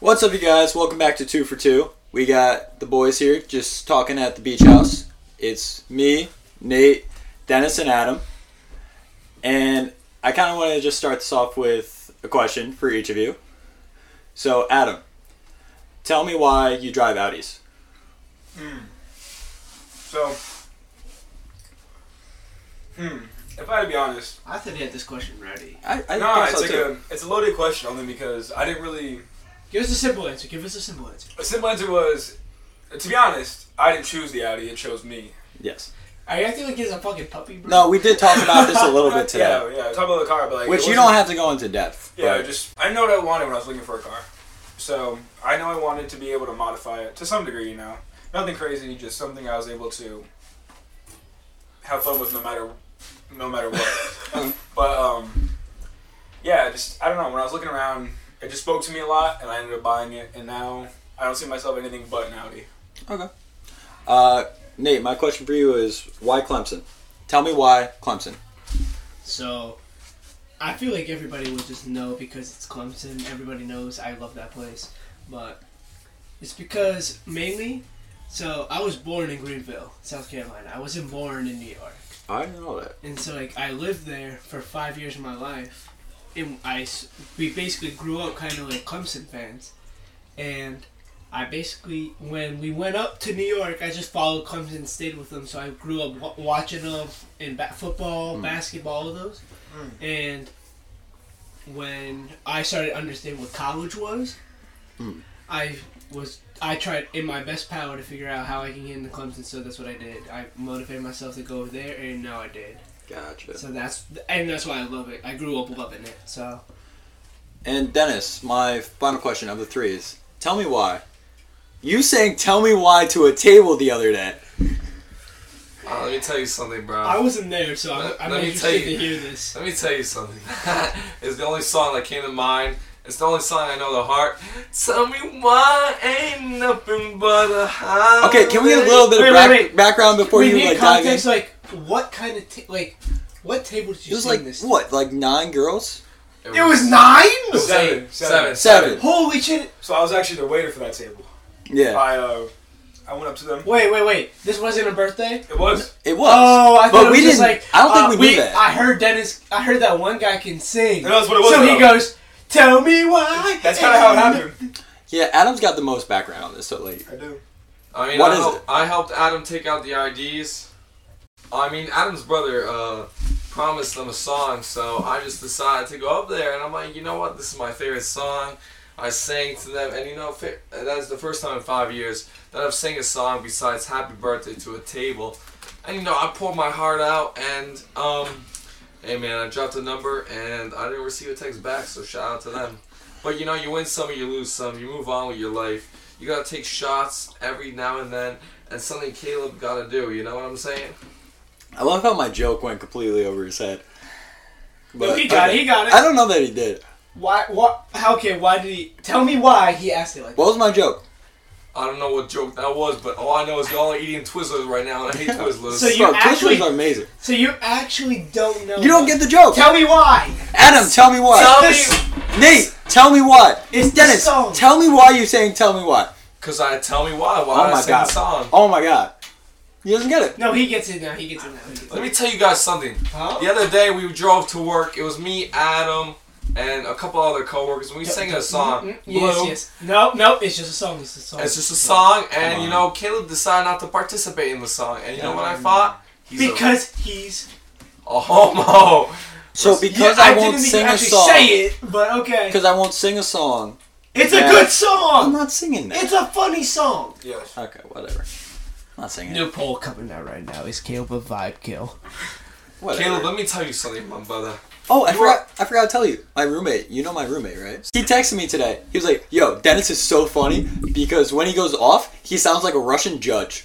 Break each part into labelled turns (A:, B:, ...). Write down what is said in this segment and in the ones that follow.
A: What's up, you guys? Welcome back to Two for Two. We got the boys here just talking at the beach house. It's me, Nate, Dennis, and Adam. And I kind of want to just start this off with a question for each of you. So, Adam, tell me why you drive Audis.
B: So, hmm. If I had to be honest,
C: I thought he had this question ready.
A: I, I
B: no,
A: think
B: it's
A: so
B: like
A: too.
B: a it's a loaded question only because I didn't really.
C: Give us a simple answer. Give us a simple answer.
B: A simple answer was, to be honest, I didn't choose the Audi. It chose me.
A: yes.
C: Are you acting like he's a fucking puppy, bro?
A: No, we did talk about this a little bit today,
B: Yeah, yeah. Talk about the car, but like,
A: which
B: it
A: you don't
B: wasn't-
A: have to go into depth.
B: Yeah,
A: but-
B: just I know what I wanted when I was looking for a car, so I know I wanted to be able to modify it to some degree. You know, nothing crazy, just something I was able to have fun with, no matter no matter what. but um, yeah, just I don't know. When I was looking around, it just spoke to me a lot, and I ended up buying it. And now I don't see myself anything but an Audi.
A: Okay. Uh, Nate, my question for you is why Clemson? Tell me why Clemson.
C: So, I feel like everybody would just know because it's Clemson. Everybody knows I love that place. But it's because mainly, so I was born in Greenville, South Carolina. I wasn't born in New York.
A: I didn't know that.
C: And so, like, I lived there for five years of my life. And I, s- we basically grew up kind of like Clemson fans. And I basically, when we went up to New York, I just followed Clemson and stayed with them. So I grew up wa watching them in ba- football, basketball, all of those. And when I started understanding what college was, I was I tried in my best power to figure out how I can get into Clemson. So that's what I did. I motivated myself to go there, and now I did.
A: Gotcha.
C: So that's and that's why I love it. I grew up loving it. So
A: And Dennis, my final question of the three is tell me why. You saying tell me why to a table the other day.
D: Uh, let me tell you something,
A: Oh.
D: bro.
C: I wasn't there, so I'm,
D: Let-
C: I'm
D: let me
C: interested
D: tell you.
C: to hear this.
D: let me tell you something. it's the only song that came to mind. It's the only song I know the heart. Tell me why ain't nothing but a high.
A: Okay, can we get a little bit of
C: Oh, Wait, wait,
A: back-
C: wait.
A: background before
C: we
A: you
C: need
A: like dive in?
C: context, like what kind of ta- like what table did
A: It
C: you
A: was
C: sing
A: like
C: this?
A: what, like nine girls?
C: It was nine.
B: Seven,
D: Seven,
B: seven.
D: seven,
A: Seven.
C: Holy shit!
B: So I was actually the waiter for that table.
A: Yeah,
B: I uh, I went up to them.
C: Wait, wait, wait! This wasn't a birthday.
B: It was.
A: it was.
C: Oh, I thought
A: but
C: it was
A: we
C: just
A: didn't.
C: like
A: I don't think
C: uh,
A: we knew that.
C: I heard Dennis. I heard that one guy can sing.
B: That was what it was,
C: So he
B: though.
C: goes, "Tell me why."
B: That's kind of how it happened.
A: yeah, Adam's got the most background on this, so like,
B: I do.
D: I mean,
A: What
D: I,
A: is
D: helped,
A: it?
D: I helped Adam take out the IDs. I mean, Adam's brother uh, promised them a song, so I just decided to go up there, and I'm like, you know what? This is my favorite song. I sang to them, and you know, fa- that's the first time in five years that I've sang a song besides "Happy Birthday" to a table. And you know, I poured my heart out, and um, hey man, I dropped a number, and I didn't receive a text back. So shout out to them. But you know, you win some, you lose some. You move on with your life. You gotta take shots every now and then, and something Caleb gotta do. You know what I'm saying?
A: I love how my joke went completely over his head.
C: No, he got it. He got it.
A: I don't know that he did.
C: Why? What? How? Okay. Why did he? Tell me why he asked it like.
A: What was my joke?
D: I don't know what joke that was, but all I know is y'all are eating Twizzlers right now, and I hate Twizzlers.
C: So you Oh
A: Bro, Twizzlers
C: actually-
A: are amazing.
C: So you actually don't know.
A: You don't get the joke.
C: Tell me why.
A: Adam, tell me why.
D: Tell
C: This-
D: me,
A: Nate, tell me why.
C: It's the
A: Dennis,
C: song.
A: tell me why you're saying tell me why.
D: cause I tell me why. Why
A: Oh
D: did I
A: my
D: sing
A: god.
D: the song?
A: Oh my god. He doesn't get it.
C: No, he gets it now. He gets it now. He gets it.
D: Let me tell you guys something.
C: Huh?
D: The other day we drove to work. It was me, Adam, and a couple other coworkers. and We sang a song.
C: Mm, Yes.
D: Blue.
C: Yes. No. No. It's just a song. It's a song.
D: It's just a song, and you know Caleb decided not to participate in the song. And you know what I thought? He's a-
C: because he's.
D: a homo.
A: So because
C: Yeah,
A: I,
C: didn't
A: won't
C: even
A: sing a
C: actually
A: song,
C: say it, but okay.
A: because I won't sing a song,
C: It's a
A: Yeah.
C: good
A: I'm
C: song.
A: not singing that.
C: It's a funny song.
B: Yes.
A: okay, whatever. I'm not singing it.
C: New poll coming out right now. Is Caleb a vibe kill?
A: Whatever.
D: Caleb, let me tell you something, my brother.
A: Oh, I
D: You
A: forgot. I forgot to tell you. My roommate. You know my roommate, right? He texted me today. He was like, "Yo, Dennis is so funny because when he goes off, he sounds like a Russian judge."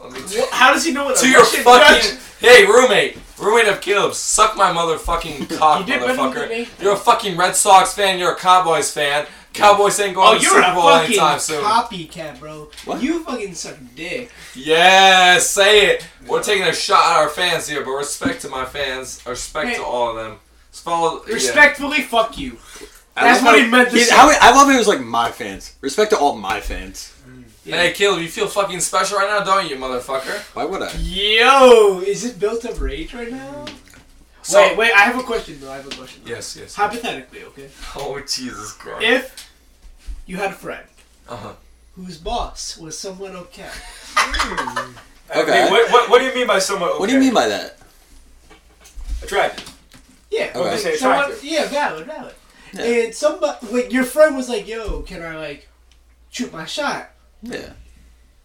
D: Let me t-
C: How does he know what
D: to your fucking hey roommate, roommate of Caleb's, suck my motherfucking cock,
C: You did better than
D: motherfucker.
C: me.
D: You're a fucking Red Sox fan. You're a Cowboys fan. Cowboys ain't going
C: Oh,
D: to the
C: you're
D: Super
C: a
D: Bowl
C: fucking
D: anytime soon.
C: copycat, bro.
A: What?
C: You fucking suck dick.
D: Yeah, say it. We're taking a shot at our fans here, but respect to my fans. Respect
C: Hey.
D: to all of them. Just follow. yeah.
C: Respectfully, fuck you.
A: I
C: That's
A: love
C: what
A: how-
C: he meant to
A: he's-
C: say.
A: How, he- I love how he was like my fans. Respect to all my fans.
D: Hey, Caleb, you feel fucking special right now, don't you, motherfucker?
A: Why would I?
C: Yo, is it built up rage right now?
D: So-
C: wait, wait, I have a question though. I have a question. though.
D: Yes, yes.
C: Hypothetically, okay?
D: Oh, Jesus Christ.
C: If you had a friend
D: Uh-huh.
C: whose boss was someone okay,
A: Okay.
B: Hey, what, what, what do you mean by somewhat okay?
A: What do you mean by that?
B: attractive?
C: yeah,
A: Okay.
C: like
B: Say
C: someone,
B: attractive.
C: yeah, valid, valid.
A: Yeah.
C: And somebody, like your friend was like, "Yo, can I like shoot my shot?"
A: Yeah.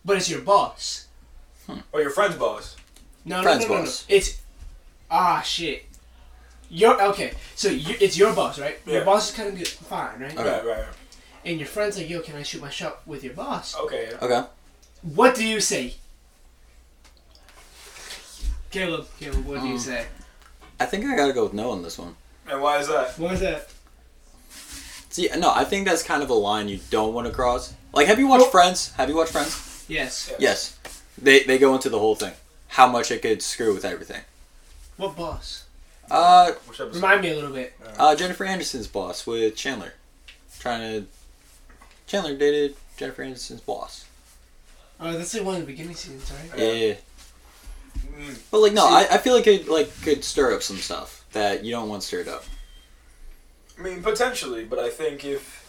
C: But it's your boss.
B: Or your friend's boss?
C: No,
A: Friend's
C: no, no, no,
A: boss.
C: no. It's ah shit. Your okay, so you, it's your boss, right?
B: Yeah.
C: Your boss is kind of good, fine, right?
A: Okay.
B: Right, right, right.
C: And your friend's like, "Yo, can I shoot my shot with your boss?"
B: Okay. yeah.
A: Okay.
C: What do you say? Caleb, Caleb, what do you say?
A: I think I gotta go with no on this one.
B: And why is that?
C: What was that?
A: See, no, I think that's kind of a line you don't want to cross. Like, have you watched
C: Well-
A: Friends? Have you watched Friends?
C: Yes.
A: Yes. They they go into the whole thing. How much it could screw with everything.
C: What boss?
A: Uh,
B: Which episode?
C: Remind me a little bit.
A: uh, Jennifer Anderson's boss with Chandler, trying to. Chandler dated Jennifer Anderson's boss.
C: Oh, that's like one of the beginning scenes, right?
A: Yeah.
B: Yeah. Mm.
A: But like, no, I, I feel like it like could stir up some stuff that you don't want stirred up.
B: I mean, potentially, but I think if.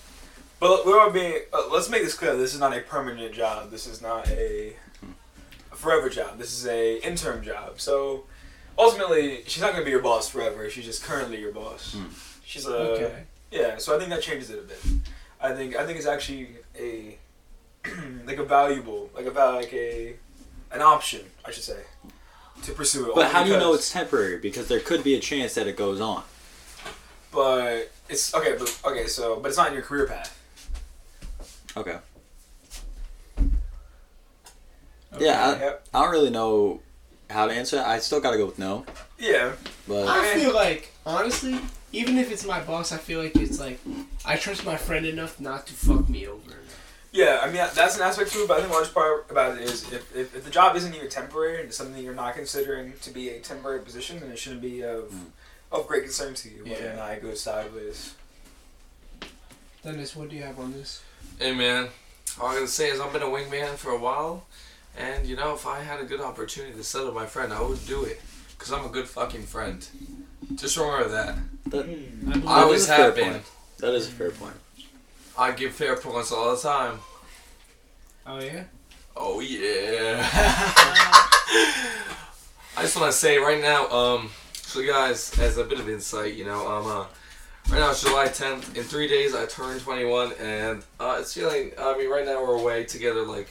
B: But we want to be. Uh, let's make this clear. This is not a permanent job. This is not a, a forever job. This is a interim job. So, ultimately, she's not going to be your boss forever. She's just currently your boss.
A: Hmm.
B: She's a.
C: Okay.
B: Yeah. So I think that changes it a bit. I think I think it's actually a like a valuable like a val- like a an option I should say to pursue it.
A: But how do you
B: only
A: know
B: because-
A: it's temporary? Because there could be a chance that it goes on.
B: But it's okay. But okay. So but it's not in your career path.
A: Okay.
C: Okay.
A: Yeah,
B: Yep.
A: I, I don't really know how to answer. that. I still gotta go with no.
B: Yeah.
A: But
C: I feel like, honestly, even if it's my boss, I feel like it's like, I trust my friend enough not to fuck me over.
B: Yeah, I mean that's an aspect to it, but I think the worst part about it is if, if, if the job isn't even temporary and it's something you're not considering to be a temporary position, then it shouldn't be of
A: Hmm.
B: of great concern to you whether
C: Yeah.
B: or not it goes sideways.
C: Dennis, what do you have on this?
D: Hey, man. All I'm going to say is I've been a wingman for a while, and, you know, if I had a good opportunity to settle my friend, I would do it. Because I'm a good fucking friend. Just remember that.
C: believe-
D: I
A: That
D: always
A: is a fair
D: have been.
A: point. that is a fair point.
D: I give fair points all the time.
C: Oh, yeah?
D: Oh yeah. I just want to say right now, um, so guys, as a bit of insight, you know, um, uh, right now it's July 10th. In three days, I turn 21, and uh, it's feeling. I mean, right now we're away together, like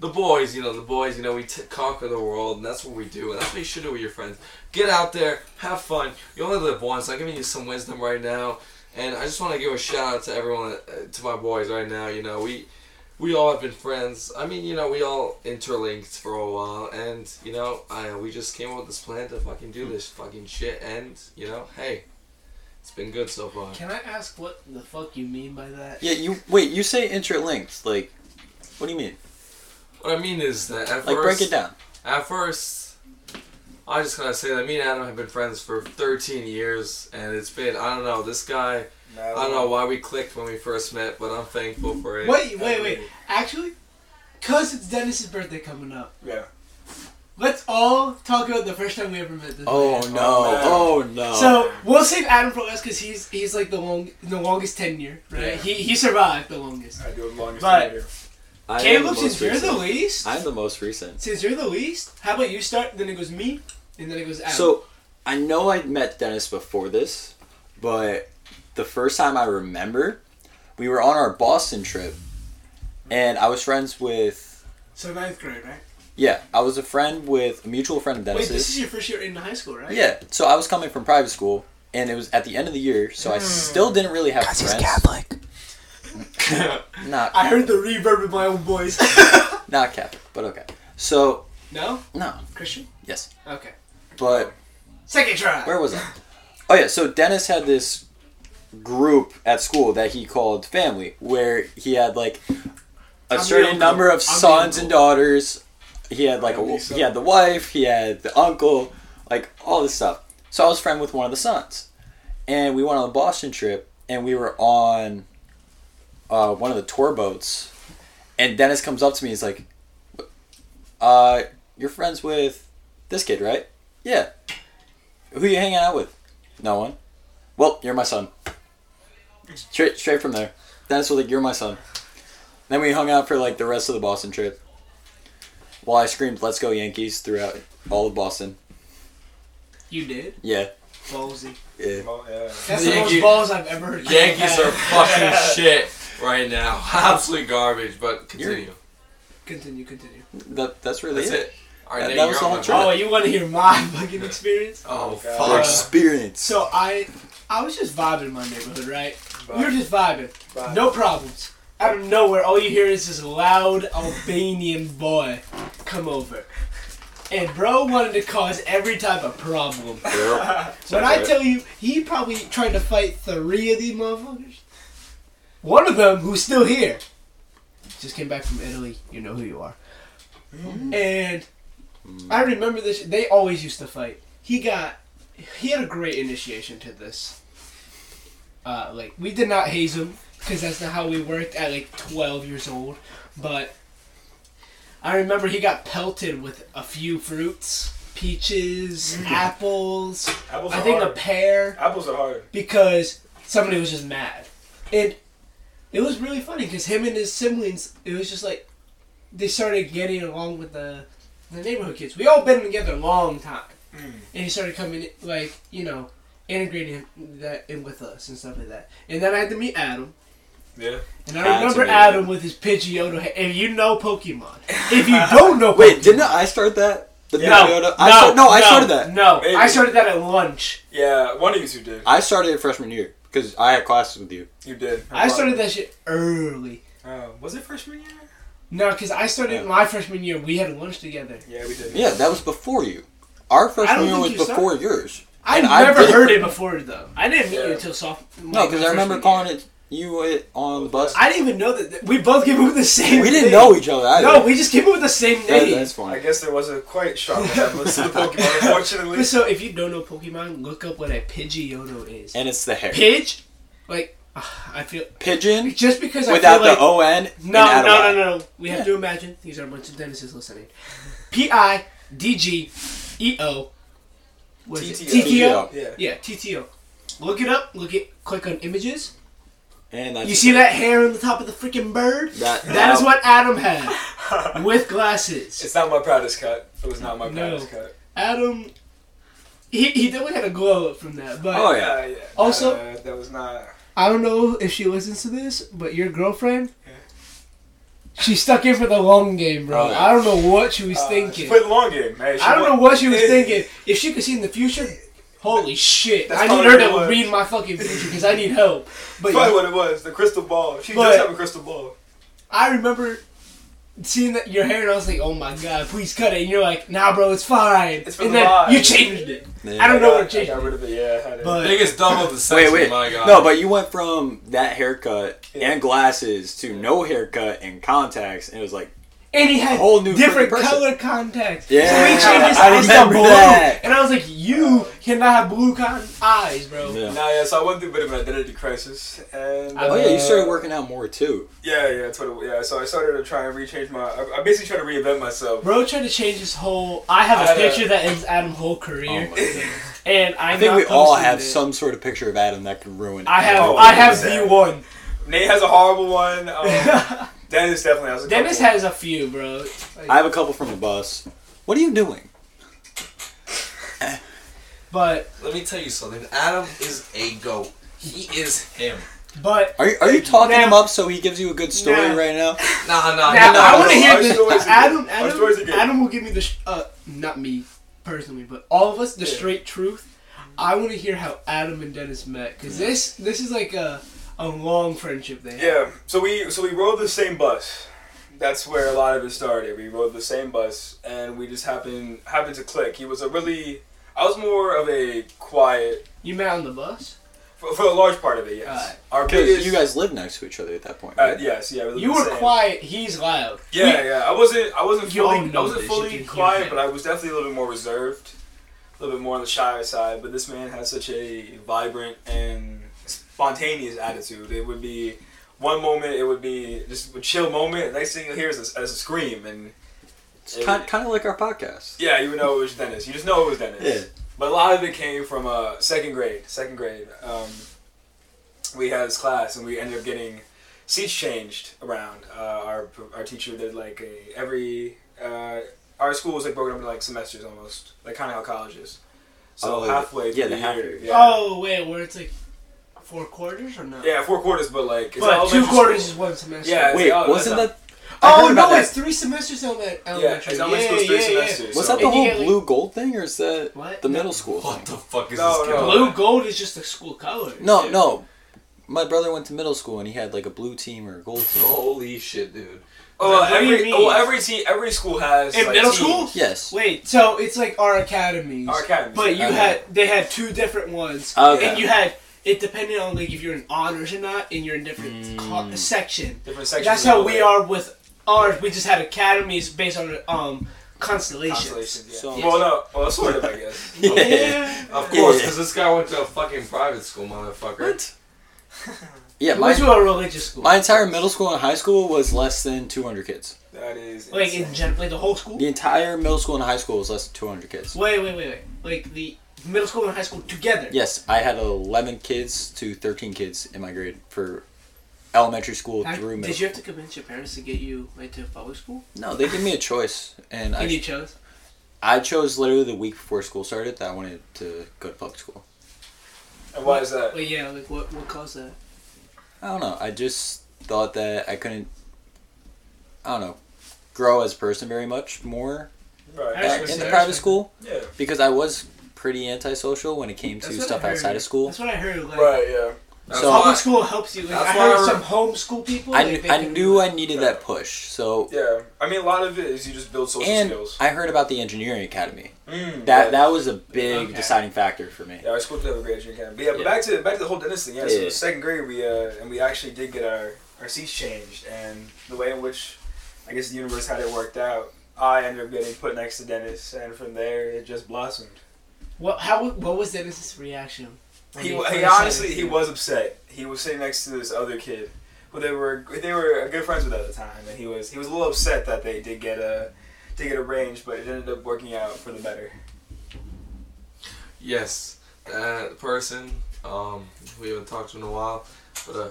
D: the boys. You know, the boys. You know, we t- conquer the world, and that's what we do, and that's what you should do with your friends. Get out there, have fun. You only live once. I'm giving you some wisdom right now, and I just want to give a shout out to everyone, uh, to my boys right now. You know, we we all have been friends. I mean, you know, we all interlinked for a while, and you know, I we just came up with this plan to fucking do this fucking shit, and you know, hey, it's been good so far.
C: Can I ask what the fuck you mean by that?
A: Yeah, you wait. You say interlinked. Like, what do you mean?
D: What I mean is that at
A: Like,
D: first,
A: break it down.
D: At first, I just gotta say that me and Adam have been friends for 13 years, and it's been I don't know this guy. I don't know why we clicked when we first met, but I'm thankful for it.
C: Wait, wait, wait. Actually, because it's Dennis's birthday coming up,
B: Yeah.
C: let's all talk about the first time we ever met this
A: Oh
C: man.
A: no!
B: Oh,
A: Oh no!
C: So we'll save Adam for last because he's he's like the long the longest tenure, right?
B: Yeah.
C: He he survived the longest.
B: I do it longest
C: But-
B: time here.
A: I am
C: Caleb,
A: the
C: since
A: most
C: you're
A: recent.
C: the least,
A: I'm the most recent.
C: since you're the least, how about you start? Then it goes me, and then it goes Adam.
A: So, I know I met Dennis before this, but the first time I remember, we were on our Boston trip, and I was friends with
C: so ninth grade, right?
A: yeah, I was a friend with a mutual friend of
C: Wait,
A: Dennis's.
C: this is your first year in high school, right?
A: Yeah, so I was coming from private school, and it was at the end of the year, so I still didn't really have friends. Not,
C: I heard the reverb in my own voice.
A: not Catholic, but okay. So
C: no,
A: no,
C: Christian.
A: yes,
C: Okay.
A: but
C: Second try.
A: where was I? Oh yeah, so Dennis had this group at school that he called family, where he had like a
C: I'm the
A: certain
C: uncle.
A: number of
C: I'm the
A: sons and
C: uncle.
A: daughters. He had like a,
B: Really,
A: he had the wife, he had the uncle, like all this stuff. So I was friend with one of the sons, and we went on a Boston trip, and we were on uh, one of the tour boats, and Dennis comes up to me. He's like, uh, "You're friends with this kid, right? Yeah. Who you hanging out with? No one. Well, you're my son. Straight, straight from there. Dennis was like, "You're my son." Then we hung out for like the rest of the Boston trip. While I screamed, "Let's go Yankees!" throughout all of Boston.
C: You did?
A: Yeah.
C: Ballsy.
A: Yeah.
B: Well, yeah.
C: That's
D: Yankee-
C: the most balls I've ever heard.
D: Yankees are fucking shit right now. Absolute garbage. But continue.
C: Continue, continue.
A: That, that's really
D: That's
A: it.
D: it. All right,
A: That-
D: Nate,
A: that was
D: you're
A: the whole
D: on my
C: Oh,
A: trip.
D: board.
C: you want to hear my fucking experience?
D: Oh
A: Our
B: Uh,
D: fuck.
A: experience.
C: So I, I was just vibing in my neighborhood, right? We were just vibing.
B: Bye.
C: No problems. Out of nowhere, all you hear is this loud Albanian boy come over. And bro wanted to cause every type of problem. When I tell you, he probably tried to fight three of these motherfuckers. One of them, who's still here, just came back from Italy. You know who you are. And I remember this. They always used to fight. He got, he had a great initiation to this. Uh, like we did not haze him because that's not how we worked at like 12 years old. But I remember he got pelted with a few fruits, peaches, apples.
B: Apples
C: I
B: are
C: think a
B: hard.
C: pair
B: Apples are hard.
C: because somebody was just mad. And it was really funny because him and his siblings, it was just like they started getting along with the, the neighborhood kids. We all been together a long time. And he started coming, in, like, you know, integrating that in with us and stuff like that. And then I had to meet Adam.
B: Yeah.
C: And I
A: Had to
C: remember
A: meet
C: Adam
A: him.
C: with his Pidgeotto. ha- If you know Pokemon, if you don't know
A: Wait,
C: Pokemon-
A: didn't I start that? The
B: Yeah.
C: no,
A: Toyota-
C: no,
A: I start- no, I
C: no,
A: started that.
C: No,
B: Maybe.
C: I started that at lunch.
B: Yeah, one of you two did.
A: I started it freshman year because I had classes with you.
B: You did.
C: I started that shit early.
B: Uh, was it freshman year?
C: No, because I started
A: Yeah.
C: my freshman year. We had lunch together.
B: Yeah, we did.
A: Yeah, that was before you. Our freshman
C: don't
A: year
C: think
A: was
C: you
A: before
C: started.
A: yours.
C: I
A: And I
C: never
A: did.
C: heard it before though. I didn't meet you
B: Yeah.
C: until sophomore.
A: No, because I remember calling it you it on the bus.
C: I didn't even know that that- we both came up with the same.
A: we didn't
C: name.
A: know each other either.
C: No, we just came up with the same
A: That-
C: name.
A: that's
B: I
A: fine.
B: guess there was a quite sharp resemblance to the Pokemon, unfortunately.
C: But so if you don't know Pokemon, look up what a Pidgeotto is.
A: And it's the hair.
C: Pidge, like ah, I feel
A: Pigeon
C: just because I
A: without
C: feel like
A: the O N.
C: no, no, no, no, no. We
A: Yeah.
C: have to imagine these are a bunch of Dennis's listening. P I D G E O. What is it?
B: TTO.
C: TTO.
B: Yeah.
C: Yeah, TTO. Look it up. Look it. Click on images.
A: And that's
C: You see that hair on the top of the freaking bird?
A: That,
C: That is what Adam had with glasses.
B: It's not my proudest cut. It was not my
C: No.
B: proudest cut.
C: Adam, he, he definitely had a glow up from that. But
A: Oh, yeah.
B: Uh, yeah.
C: Also-
B: uh, that was not.
C: I don't know if she listens to this, but your girlfriend,
B: Yeah.
C: she stuck in for the long game, bro.
A: Oh, yeah.
C: I don't know what she was
B: Uh, she
C: thinking.
B: played the long game. Hey, she
C: I don't
B: won-
C: know what she was
B: It-
C: thinking. If she could see in the future, holy shit!
B: That's
C: I need
B: probably
C: her
B: what it
C: to
B: was.
C: read my fucking future because I need help. But
B: Probably what it was. The crystal ball. She
C: But-
B: does have a crystal ball.
C: I remember seeing that your hair, and I was like, "Oh my god, please cut it!" And you're like, "Nah, bro, it's fine."
B: It's for
C: and
B: the
C: then
B: vibe.
C: you changed it.
A: Yeah.
C: I don't
B: I
C: know
B: got-
C: what changed
B: I got rid
C: it.
B: of it. Yeah, I had it.
C: But
D: Biggest double deception,
A: Wait, wait.
D: my god.
A: No, but you went from that haircut
B: Yeah.
A: and glasses to no haircut and contacts, and it was like,
C: and he had
A: whole new
C: different
A: person.
C: color contacts.
A: Yeah,
C: so he changed his
A: I
C: eyes to
A: remember
C: blue,
A: that.
C: and I was like, "You cannot have blue con- eyes, bro."
A: yeah.
B: Nah, yeah, so I went through a bit of an identity crisis, and
C: I
A: Oh yeah, you started
B: uh,
A: working out more too.
B: Yeah, yeah, that's what. It, yeah, so I started to try and rechange my. I, I basically tried to reinvent myself.
C: Bro tried to change his whole. I have
B: I
C: a
B: had a- Oh
C: picture that ends Adam's whole
D: Oh
C: career, and I,
A: I think
C: not
A: we all
C: posted
A: have
C: it.
A: some sort of picture of Adam that could ruin.
C: I have.
B: Oh,
C: I have
B: yeah.
C: the one.
B: Nate has a horrible one. Um, Dennis definitely has a.
C: Dennis
B: couple.
C: has a few, bro. Like-
A: I have a couple from the bus. What are you doing?
C: but
D: Let me tell you something. Adam is a goat. He is him.
C: but
A: Are you, are you talking
C: Nah.
A: him up so he gives you a good story
C: Nah.
A: right now?
D: Nah, nah,
C: Now,
D: nah.
C: I
A: no,
C: want to
A: no,
C: hear
B: our
C: this.
B: stories are
C: Adam,
B: good. Our stories are
C: Adam,
B: good.
C: Adam will give me the sh- uh, not me personally, but all of us the
B: Yeah.
C: straight truth. I want to hear how Adam and Dennis met because this this is like a a long friendship they had.
B: Yeah, so we so we rode the same bus. That's where a lot of it started. We rode the same bus, and we just happened happened to click. He was a really. I was more of a quiet
C: You met on the bus.
B: for, for a large part of it. Yes,
C: Alright.
B: our
A: Because
B: biggest.
A: you guys lived next to each other at that point.
B: Uh,
A: right?
B: yes, yeah. we lived
C: You
B: the
C: were
B: same.
C: quiet. He's loud.
B: Yeah, yeah. I wasn't. I wasn't
C: You all
B: fully. I
C: know
B: wasn't
C: this, you
B: fully
C: can hear
B: quiet,
C: it.
B: but I was definitely a little bit more reserved, a little bit more on the shy side. But this man has such a vibrant and s- spontaneous attitude. It would be one moment it would be just a chill moment. Next thing you'll hear is a, is a scream, and
A: It's kind, kind of like our podcast.
B: yeah, you would know it was Dennis. You just know it was Dennis.
A: Yeah.
B: But a lot of it came from uh, second grade. Second grade, um, we had this class, and we ended up getting seats changed around. Uh, our our teacher did like a every uh, our school was like broken up into like semesters almost, like kind of how college is. So
A: Oh,
B: halfway,
A: yeah,
B: through
A: the half
B: year-
A: year.
B: yeah.
C: Oh wait, where it's like four quarters or no?
B: Yeah, four quarters, but like it's
C: but two
B: elementary
C: quarters
B: school.
C: is one semester.
B: Yeah.
A: Wait,
B: Oh, that's
A: wasn't
B: not-
A: that? I heard
C: Oh
A: about
C: no,
A: that.
C: it's three semesters ele-
B: Yeah,
C: elementary.
B: it's only school's three semesters.
A: Was
B: so-
A: that the
C: And you
A: whole
C: get, like-
A: blue gold thing, or is that
C: What?
A: the
C: No.
A: middle school
D: What the
A: thing?
D: fuck is
B: No,
D: this
B: no.
D: going
C: Blue
D: on?
C: gold is just the school color.
A: No, no. My brother went to middle school and he had like a blue team or a gold team.
D: Holy shit, dude.
B: Oh,
C: What do you
B: every
C: mean?
B: oh, every team, every school has
C: In
B: like,
C: middle
B: teams.
C: school?
A: Yes.
C: Wait, so it's like our academies. Oh,
B: Our academies. uh,
C: But you
A: Okay.
C: had they had two different ones,
A: Okay.
C: and you had it depended on like if you're in honors or not, and you're in different
A: Mm.
C: co- section.
B: different sections.
C: That's
B: of
C: how
B: the
C: we
B: way.
C: are with ours. We just had academies based on um constellations.
B: Constellations, yeah.
A: So-
B: well, no, well, sort of, I guess.
C: Yeah.
D: Of course,
A: Yeah.
D: because this guy went to a fucking private school, motherfucker.
A: What? Yeah,
C: It was
A: my,
C: to a religious school.
A: my entire middle school and high school was less than 200 kids.
B: That is
C: like in
B: insane.
C: general, like the whole school.
A: The entire middle school and high school was less than 200 kids.
C: Wait, wait, wait, wait. Like the middle school and high school together.
A: Yes, I had 11 kids to 13 kids in my grade for elementary school
C: How-
A: through middle.
C: did you have to convince your parents to get you like to public school?
A: No, they gave me a choice, and
C: And you
A: I,
C: chose.
A: I chose literally the week before school started that I wanted to go to public school.
B: and why is that?
C: Wait, yeah. Like what? What caused that?
A: I don't know. I just thought that I couldn't. I don't know, grow as a person very much more
B: Right.
C: I
A: at,
C: respect-
A: in the
C: I
A: private
C: respect
A: school
B: yeah.
A: because I was pretty antisocial when it came to
C: That's what I
A: stuff
C: heard.
A: outside of school.
C: That's what I heard. Like,
B: Right. Yeah.
D: That's
A: So-
D: why-
C: Public school helps you. Like,
D: That's
C: I
D: why
C: heard
D: I-
C: some homeschool people.
A: I,
C: like,
A: kn-
C: they
A: I
C: can-
A: knew I needed that push. So
B: Yeah. I mean, a lot of it is you just build social
A: and
B: skills.
A: I heard about the engineering academy.
B: Mm,
A: That
B: yeah.
A: that was a big
C: Okay.
A: deciding factor for me.
B: Yeah, our school did have a grade junior camp. But yeah, but
A: Yeah.
B: back to back to the whole dentist thing. Yeah, so
A: Yeah.
B: second grade we uh, and we actually did get our our seats changed, and the way in which I guess the universe had it worked out, I ended up getting put next to Dennis, and from there it just blossomed.
C: What? How? What was Dennis's reaction? when
B: He,
C: you first
B: he
C: said
B: honestly
C: it?
B: he was upset. He was sitting next to this other kid, who they were they were good friends with at the time, and he was he was a little upset that they did get a did get arranged, but it ended up working out for the better.
D: Yes, that person. Um, we haven't talked to in a while, but uh,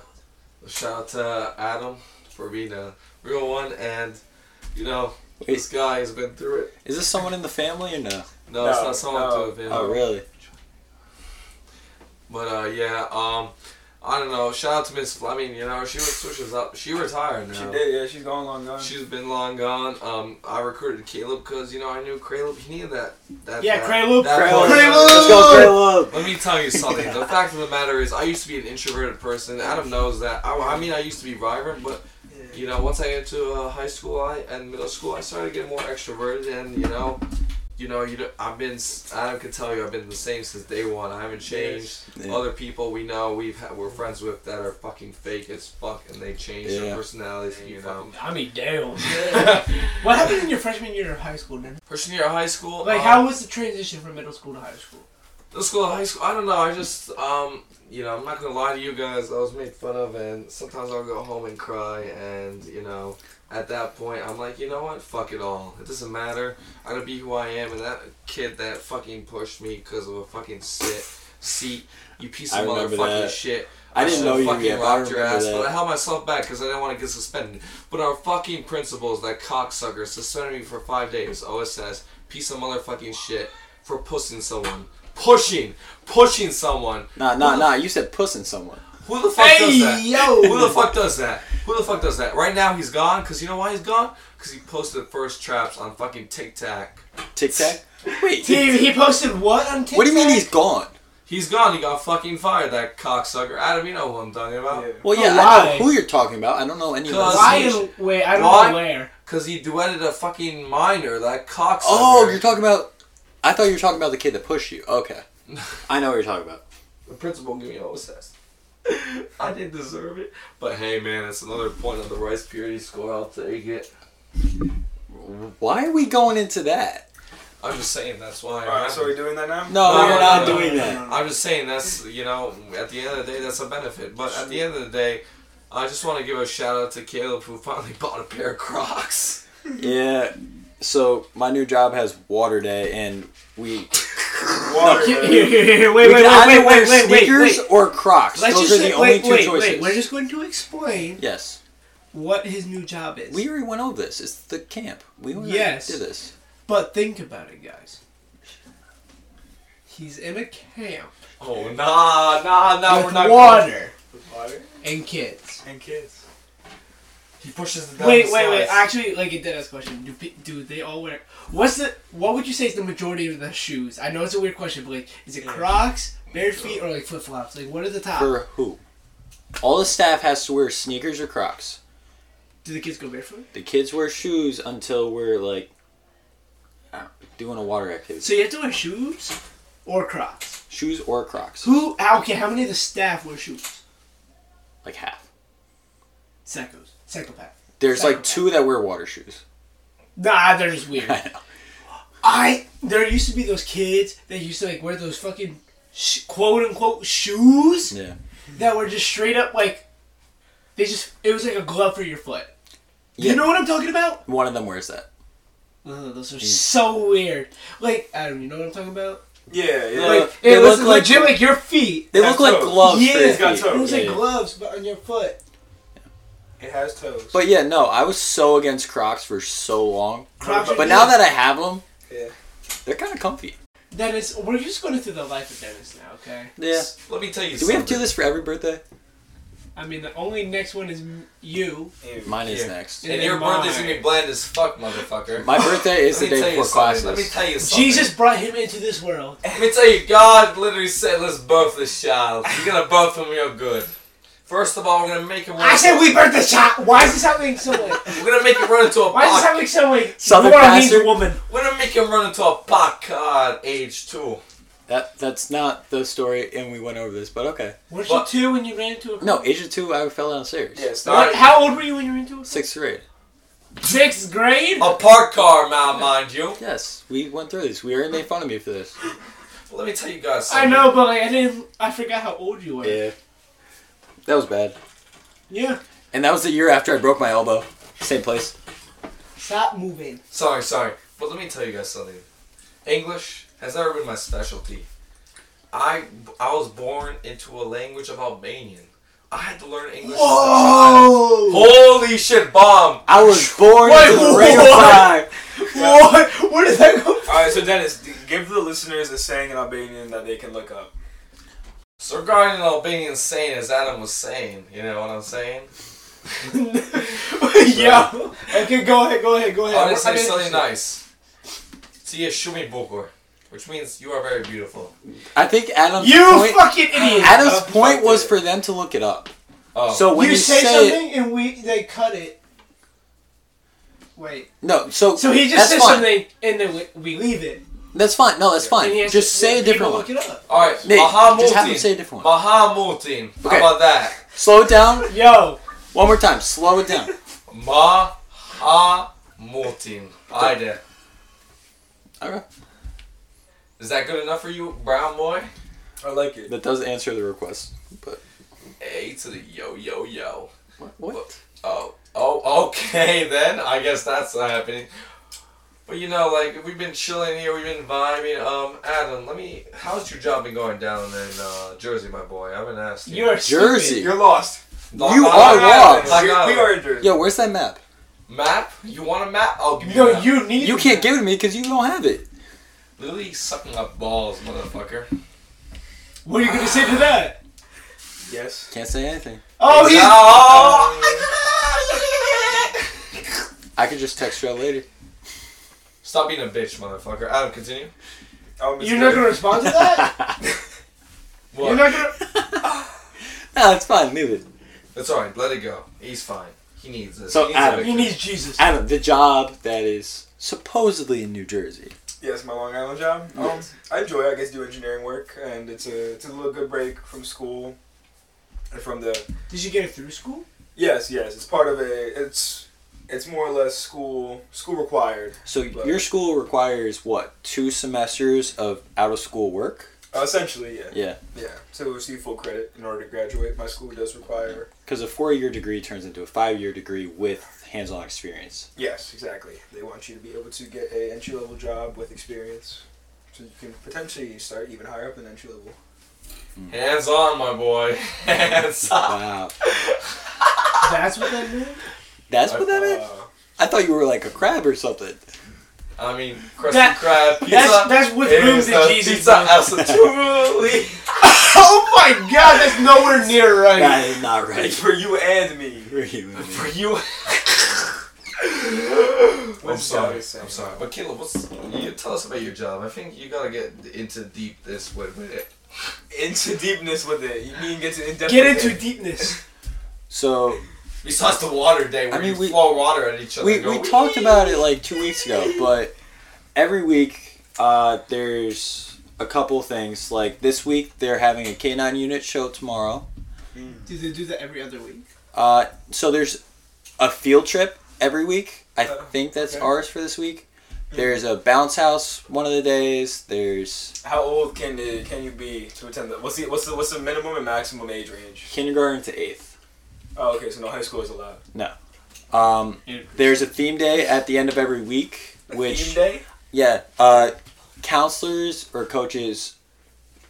D: a shout out to Adam for being a real one, and you know this
A: Wait,
D: guy has been through it.
A: is this someone in the family or no?
D: No, it's
B: No,
D: not someone
B: no.
D: to a family.
A: Oh, really?
D: But uh, yeah, um, I don't know. Shout out to Miss Fleming. You know, she was switches up. She retired now.
B: She did, yeah. She's gone long gone.
D: She's been long gone. Um, I recruited Caleb because you know I knew Caleb. He needed that. that
C: Yeah,
D: that-
C: Caleb.
D: that
A: Caleb.
D: part.
C: Caleb!
A: Let's go, Caleb.
D: Let me tell you something. The fact of the matter is, I used to be an introverted person. Adam knows that. I, I mean, I used to be vibrant, but you know, once I got into uh, high school I, and middle school, I started to get more extroverted, and you know, you know, you. don't- I've been. s- Adam can tell you, I've been the same since day one. I haven't changed.
A: Yeah.
D: Other people we know, we've had, we're friends with that are fucking fake as fuck, and they change
A: Yeah.
D: their personalities. You know,
C: I mean, damn. what happened in your freshman year of high school, Dennis?
D: freshman year of high school,
C: Like,
D: um,
C: how was the transition from middle school to high school?
D: Middle school, high school, I don't know. I just, um, you know, I'm not gonna lie to you guys. I was made fun of, and sometimes I'll go home and cry. And you know, at that point, I'm like, you know what? Fuck it all. It doesn't matter. I gotta be who I am. And that kid that fucking pushed me because of a fucking sit seat. You piece
A: I
D: of
A: remember
D: motherfucking
A: that.
D: shit.
A: I didn't
D: should've
A: know you
D: fucking
A: yet, but I
D: rocked your
A: remember
D: ass,
A: that.
D: but I held myself back because I didn't want to get suspended. But our fucking principals, that cocksucker, suspended me for five days. OSS, piece of motherfucking shit for pushing someone. Pushing, pushing someone.
A: Nah, nah, nah. You said pussing someone.
D: Who the fuck does that?
C: yo!
D: Who the fuck does that? Who the fuck does that? Right now he's gone because you know why he's gone? Because he posted the first traps on fucking Tic Tac.
A: Tic Tac. Wait.
C: He, he posted what on TikTok?
A: What do you mean he's gone?
D: He's gone. He got fucking fired. That cocksucker. Adam, you know who I'm talking about.
B: Yeah.
A: Well, yeah, I
C: Oh, why?
A: know who you're talking about. I don't know any of
D: Cause-
A: those.
C: Why? in- Wait, I don't
D: Why?
C: know where.
D: Cause he duetted a fucking minor, that cocksucker.
A: Oh, you're talking about. I thought you were talking about the kid that pushed you. Okay. I know what you're talking about.
D: The principal gave me an OSS. I didn't deserve it. But hey, man, it's another point on the Rice Purity score. I'll take it.
A: Why are we going into that?
D: I'm just saying that's why. it
B: All right, so are we doing
D: happened.
B: that now?
A: No,
D: No,
A: we're
D: no,
A: not
D: no,
A: doing
C: no,
A: that.
C: no,
D: I'm just saying that's you know at the end of the day that's a benefit. But at the end of the day, I just want to give a shout out to Caleb who finally bought a pair of Crocs.
A: Yeah. So my new job has water day, and we
B: Water.
C: Here,
B: man.
C: here, here, here,
A: we
C: wait,
A: can
C: wait, wait,
A: either
C: wait,
A: wear
C: wait, wait, wait,
A: sneakers
C: wait.
A: or Crocs.
C: Let's
A: Those
C: just
A: are the
C: say,
A: only
C: wait,
A: two
C: wait,
A: choices.
C: wait. We're just going to explain
A: yes,
C: what his new job is.
A: we already went over this. It's the camp. We already
C: Yes.
A: did this.
C: But think about it, guys. He's in a camp
D: Oh nah nah nah we're
C: with
D: not.
C: water
B: Water
C: and kids.
B: and kids.
D: He pushes the. down
C: Wait,
D: the
C: wait, wait.
D: slides.
C: Actually, like a dead ass question. Do, pe- do they all wear? What's the? What would you say is the majority of the shoes? I know it's a weird question, but like, is it Crocs, bare feet, or like flip flops? Like, what are the top?
A: For who? All the staff has to wear sneakers or Crocs.
C: Do the kids go barefoot?
A: The kids wear shoes until we're like uh, doing a water activity.
C: So you have to wear shoes or Crocs.
A: Shoes or Crocs,
C: Who? ah, Okay, how many of the staff wear shoes?
A: like half.
C: Psychos, psychopath.
A: There's like
C: Psychopath.
A: two that wear water shoes.
C: Nah, they're just weird.
A: I know.
C: I there used to be those kids that used to like wear those fucking sh- quote unquote shoes
A: Yeah.
C: that were just straight up like they just it was like a glove for your foot.
A: Yeah.
C: You know what I'm talking about?
A: One of them wears that.
C: Ugh, Uh, those are so weird. Like Adam, you know what I'm talking about?
B: Yeah, yeah.
A: Uh,
C: Like
A: they
C: it was
A: look like-
C: legit like, your feet.
A: They
B: Got
A: look like
B: toes.
A: gloves.
C: Yeah,
A: for
C: it's
A: your
B: got
A: feet.
B: toes.
C: It was like
A: Yeah, yeah.
C: gloves, but on your foot.
B: it has toes.
A: But yeah, no, I was so against Crocs for so long.
C: Crocs are
A: But now
C: good.
A: that I have them,
B: yeah.
A: they're kind of comfy.
C: Dennis, we're just going through the life of Dennis now, okay?
A: Yeah.
D: Let me tell you.
A: Do we have to do
D: something.
A: this for every birthday?
C: I mean, the only next one is m- you.
B: Ew.
A: Mine is
D: Yeah.
A: next.
C: Yeah.
D: And your
C: in mind.
D: birthday's gonna be bland as fuck, motherfucker.
A: My birthday is the
D: Let me tell
A: day
D: you
A: before
D: something.
A: classes.
D: Let me tell you something.
C: Jesus brought him into this world.
D: Let me tell you, God literally said, "Let's birth this child. You're gonna birth him real good. First of all, we're gonna make him. Run
C: I said
D: into-
C: we burnt the shot. Why is this happening so late?
D: We're gonna make him run into a
C: Why is this
D: pot.
C: happening so late?
A: Southern
C: New Orleans
A: bastard.
C: woman.
D: We're gonna make him run into a pot car at age two.
A: That that's not the story, and we went over this, but okay.
C: Weren't
D: What?
C: you two when you ran into a?
A: No, age of two, I fell downstairs.
B: Yeah, it's
C: What,
B: not.
C: how old were you when you ran into a?
A: Sixth grade.
C: Sixth grade.
A: Oh,
D: A park car, now, mind you.
A: Yes, we went through this. We already made fun of me for this.
D: But let me tell you guys.
C: I
D: Something.
C: know, but like I didn't. I forgot how old you were.
A: Yeah. That was bad.
C: Yeah.
A: And that was the year after I broke my elbow. Same place.
C: Stop moving.
D: Sorry, sorry. But let me tell you guys something. English has never been my specialty. I I was born into a language of Albanian. I had to learn English. as a child.
C: Oh!
D: Holy shit, bomb!
A: I was born
C: Wait,
A: into the ring of
C: what?
A: fire.
C: What? Where did that go?
B: All right, so Dennis, d- give the listeners a saying in Albanian that they can look up.
D: So regarding an Albanian saying, as Adam was saying, you know what I'm saying?
C: Yo. Okay, go ahead. Go ahead. Go ahead.
D: I would say
C: I'm
D: something
C: interested.
D: nice. Ti e shumë i bukur, which means you are very beautiful.
A: I think Adam's
C: You
A: point,
C: fucking idiot. Uh,
A: Adam's
B: fucked
A: point was
B: it.
A: for them to look it up.
D: Oh,
A: So when you,
C: you say,
A: say it,
C: something and we they cut it. Wait.
A: no, so
C: So he
A: that's
C: just says
A: fine.
C: something and then we, we leave it.
A: That's fine. No, that's fine.
C: And he has
A: Just
C: to-
A: say a
C: people
A: different
C: Look
A: one.
C: it up.
D: all right,
A: Nate,
D: maha
A: just have him
D: mutin.
A: say a different one.
D: Maha mutin.
A: Okay.
D: How about that?
A: Slow it down.
C: Yo,
A: One more time. Slow it down.
D: Maha mutin. Ajde.
A: Okay.
D: Is that good enough for you, brown boy?
B: I like it.
A: That does answer the request. But
D: A to the yo yo yo.
A: what? what?
D: Oh, oh, okay then. I guess that's not happening. But you know, like we've been chilling here, we've been vibing. Um, Adam, let me. How's your job been going down in uh, Jersey, my boy? I haven't asked you.
C: you're
A: Jersey.
B: You're lost.
D: Long
A: you
D: Island.
A: are lost.
D: Long
B: Oh, You're-
D: Island.
B: We are in Jersey.
A: Yo, where's that map?
D: uh, Map? You want a map? I'll give
C: Stupid.
D: you.
C: No,
D: a map.
C: you need.
A: You can't give it to me because you don't have it.
D: Literally sucking up balls, motherfucker.
C: What are you gonna say to that?
B: Yes.
A: Can't say anything.
C: Oh, he's.
D: Oh!
A: I could just text you out later.
D: Stop being a bitch, motherfucker. Adam, continue.
B: Oh, Mr.
C: You're not gonna respond to that.
D: What?
C: You're not gonna.
A: No, it's fine. Leave it.
D: It's alright. Let it go. He's fine. He needs this.
A: So,
D: he needs a
A: Adam-
D: victory.
C: He needs Jesus.
A: Adam, the job that is supposedly in New Jersey.
B: Yes, my Long Island job. Um, I enjoy. it. I guess do engineering work, and it's a it's a little good break from school, and from the
C: Did you get it through school?
B: yes, yes. It's part of a it's It's more or less school school required.
A: So
B: But-
A: your school requires what? Two semesters of out of school work?
B: Uh, essentially, yeah.
A: Yeah.
B: Yeah. To receive full credit in order to graduate, my school does require.
A: Because a four-year degree turns into a five-year degree with hands-on experience.
B: Yes, exactly. They want you to be able to get a entry level job with experience, so you can potentially start even higher up than entry level.
D: Hands on, my boy. Hands on.
A: Wow.
C: That's what that meant?
A: That's what that meant?
B: Uh,
A: I thought you were like a crab or something.
D: I mean, crusty
C: That-
D: crab pizza.
C: That's, that's with
D: It
C: room
D: is the
C: that Jesus
D: pizza absolutely.
C: Oh my god, that's nowhere near right.
A: That is not right.
B: for you and me.
A: For you.
D: For you. I'm
B: What's
D: sorry.
B: the other
D: I'm
B: saying?
D: sorry. But Caleb, what's you tell us about your job? I think you gotta get into deep this with, with it.
B: Into deepness with it. You mean get to in depth.
C: Get into deepness.
A: So
D: Besides the water day
A: I
D: where
A: mean,
D: you
A: we-
D: throw water at each other.
A: we,
D: and
A: we
D: go,
A: talked about it like two weeks ago, but every week uh, there's a couple things. Like this week, they're having a K9 unit show tomorrow.
C: Do they do that every other week?
A: Uh, so there's a field trip every week. I
B: Oh,
A: think that's
B: okay. Mm-hmm.
A: ours for this week. There's a bounce house one of the days. There's
B: How old can the, can you be to attend that? What's the what's the what's the minimum and maximum age range?
A: kindergarten to eighth.
B: Oh, okay. So no high school is allowed.
A: Um, there's a theme day at the end of every week,
B: A theme
A: which
B: day?
A: yeah, uh, counselors or coaches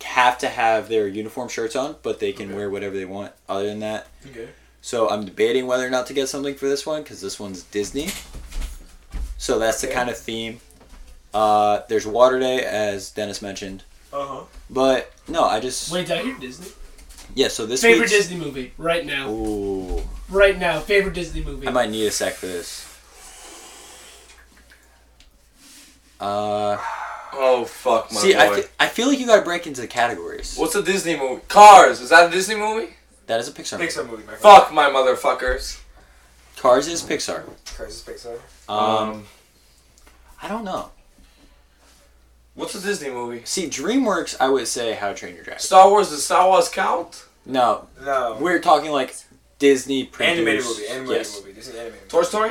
A: have to have their uniform shirts on, but they can
B: Okay.
A: wear whatever they want. Other than that,
B: Okay.
A: So I'm debating whether or not to get something for this one because this one's Disney. So that's the
B: Okay.
A: kind of theme. Uh, there's Water Day, as Dennis mentioned.
B: Uh huh.
A: But no, I just
C: Wait, did I hear Disney?
A: yeah. So this
C: favorite
A: week's-
C: Disney movie right now.
A: Ooh,
C: Right now, favorite Disney movie.
A: I might need a sec for this. Uh,
D: Oh fuck my
A: see,
D: boy.
A: I, fe- I feel like you gotta break into categories.
D: What's a Disney movie? Cars. Is that a Disney movie?
A: That is a Pixar. movie.
B: Pixar movie, my friend.
D: Fuck my motherfuckers.
A: Cars is Pixar.
B: Crisis Pixar.
A: Um, I don't know.
D: what's a Disney movie?
A: See, DreamWorks, I would say How to Train Your Dragon.
D: Star Wars. Does Star Wars count?
A: No,
B: No.
A: We're talking like Disney produced,
B: animated movie. Animated
A: yes.
B: movie. This is animated. Movie.
D: Toy Story.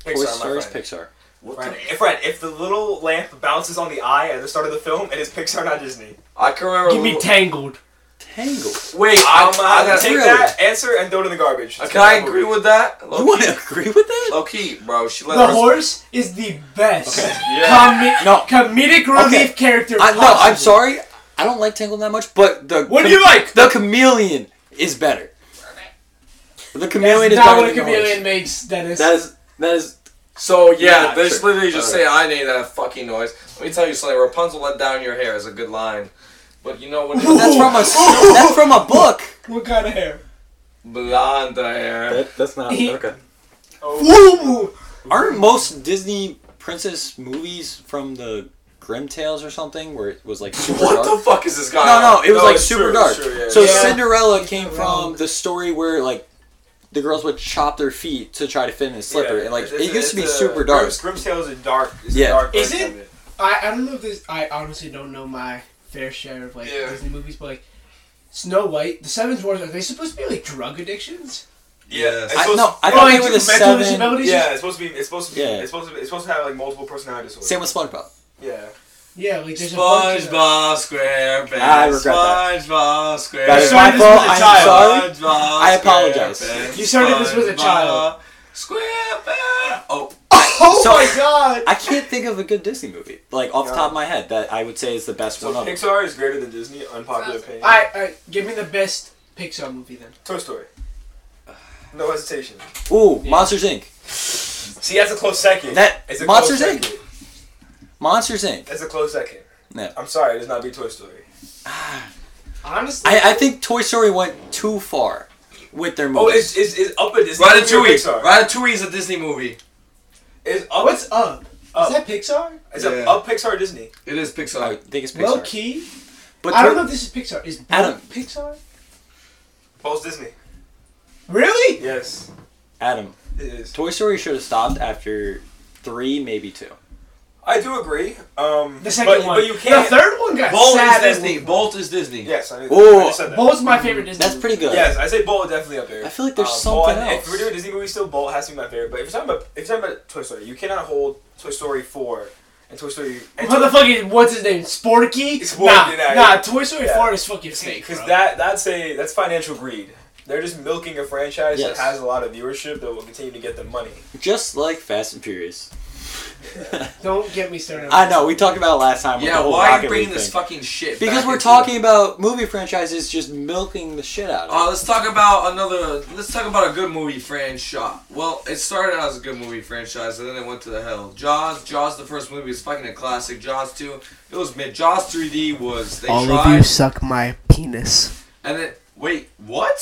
A: Toy
B: Pixar,
A: Story
B: my
A: is
B: friend.
A: Pixar.
D: What
B: Friend,
D: the-
B: if, friend, if the little lamp bounces on the eye at the start of the film, it is Pixar, not Disney.
D: I Oh. can remember.
C: Give me Tangled.
A: Tangled.
D: Wait,
B: I'm,
D: I'm, I
B: uh,
D: gotta
B: take
A: really?
B: that answer and throw it in the garbage.
D: Uh, Can I agree with that?
A: You want to agree with that?
D: Low key, bro. She let
C: The
D: her-
C: horse is the best
D: Yeah.
C: comi-
A: No.
C: comedic relief
A: Okay.
C: character.
A: I, no, I'm
C: possible.
A: sorry. I don't like Tangled that much, but the
C: What do you like?
A: the chameleon is better. The chameleon
C: That's
A: is
C: not
A: better
C: what a
A: than the horse.
C: chameleon makes, Dennis.
A: That is that is
D: So yeah,
A: Yeah,
D: they just
A: sure.
D: literally just say I made that fucking noise. Let me tell you something. Rapunzel let down your hair is a good line, but you know what?
A: that's from a that's from a book.
C: what kind of hair?
D: blonde hair.
A: that's not
C: okay.
B: Oh,
A: Woo! Aren't most Disney princess movies from the Grim Tales or something where it was like super
D: What
A: dark?
D: the fuck is this guy?
A: No,
D: on?
A: no, it was
B: No,
A: like
B: it's
A: super
B: true,
A: dark.
B: it's true, yeah,
A: so
C: yeah.
A: Cinderella came
C: You're
A: from
C: wrong.
A: the story where like the girls would chop their feet to try to fit in a slipper, and like
B: it's-
A: it
B: it's-
A: used to be
B: it's a-
A: super dark.
B: Grimm's, Grimm's Tales is dark. Is
A: Yeah.
B: yeah. Dark
C: Is
B: version
C: it?
B: of it?
C: I, I don't know if this. I honestly don't know my fair share of like
D: Yeah.
C: Disney movies, but like Snow White, The Seven Dwarfs, are they supposed to be like drug addictions?
D: Yes.
B: it's
A: I,
B: supposed-
A: no, I
C: Oh,
A: thought they
C: like
A: were the
C: mental
A: seven.
C: disabilities?
B: Yeah, it's supposed to be. It's supposed to be.
A: Yeah.
B: It's supposed to. Be, it's supposed to have like multiple personality disorders.
A: Same with SpongeBob.
B: Yeah.
C: Yeah, like there's a bunch of-
D: SpongeBob SquarePants.
A: I regret that.
D: SpongeBob SquarePants.
A: That
C: is my fault. I'm
A: sorry.
D: SpongeBob
A: I apologize.
D: SquarePants,
C: You started this with a
D: SpongeBob
C: child.
D: SquarePants. Oh,
C: Oh
A: So-
C: my god!
A: I can't think of a good Disney movie like off the top of my head that I would say is the best
B: So
A: one of. them.
B: Pixar is greater than Disney. Unpopular opinion.
C: All right, all right. Give me the best Pixar movie then.
B: Toy Story. No hesitation.
A: Ooh, Monsters Inc.
B: See, that's a close second.
A: That-
B: It's a
A: Monsters,
B: close
A: Inc.
B: second.
A: Monsters Inc.
B: That's a close second.
A: No.
B: I'm sorry, it does not be Toy Story.
C: Honestly,
A: I, I think Toy Story went too far with their
B: Oh,
A: movies.
B: it's it's, it's up at Disney.
D: Ratatouille.
B: Pixar.
D: Ratatouille is a Disney movie.
B: It's up.
C: what's up?
B: Up.
C: Is that Pixar?
B: It's
D: Yeah.
B: a, up Pixar Disney.
D: It is
A: I
D: Pixar.
A: think it's Pixar.
C: Low key.
A: But
C: I don't
A: Toy-
C: know if this is Pixar. Is Bolt
A: Adam.
C: Pixar?
B: Both Disney.
C: Really?
B: Yes.
A: Adam,
B: It is.
A: Toy Story should have stopped after three, maybe two.
B: I do agree. Um,
C: The second
B: but,
C: one.
B: But you can't.
C: The third one got
E: Bolt is
C: sad.
E: Disney. Bolt is Disney.
B: Yes, I,
A: Ooh.
B: I said that.
C: Bolt's my favorite Disney.
A: That's pretty good.
B: Yes, I say Bolt definitely up there. Um,
A: I feel like there's
B: Bolt,
A: something
B: If we're doing
A: else.
B: Disney movies, still Bolt has to be my favorite. But if you're talking about if you're talking about Toy Story, you cannot hold Toy Story four and Toy Story. And
C: What the fuck is what's his name? Sporky?
B: It's
C: nah,
B: Sporky, nah,
C: nah.
B: yeah.
C: Toy Story
B: Yeah.
C: Four is fucking fake.
B: Because
C: bro.
B: that that's a that's financial greed. They're just milking a franchise
A: Yes.
B: that has a lot of viewership that will continue to get them money.
A: Just like Fast and Furious.
C: Don't get me started. on
A: I
C: this.
A: know we talked about it last time. With the
D: Yeah,
A: whole
D: why are
A: Rocket
D: you bringing
A: League
D: this
A: thing.
D: fucking shit?
A: Because
D: back
A: we're
D: into
A: talking about movie franchises just milking the shit out of.
D: Uh, let's talk about another. Let's talk about a good movie franchise. Well, it started out as a good movie franchise, and then it went to the hell. Jaws. Jaws, the first movie, is fucking a classic. Jaws two, it was mid. Jaws 3D was they tried,
C: suck my penis.
D: and then wait, what?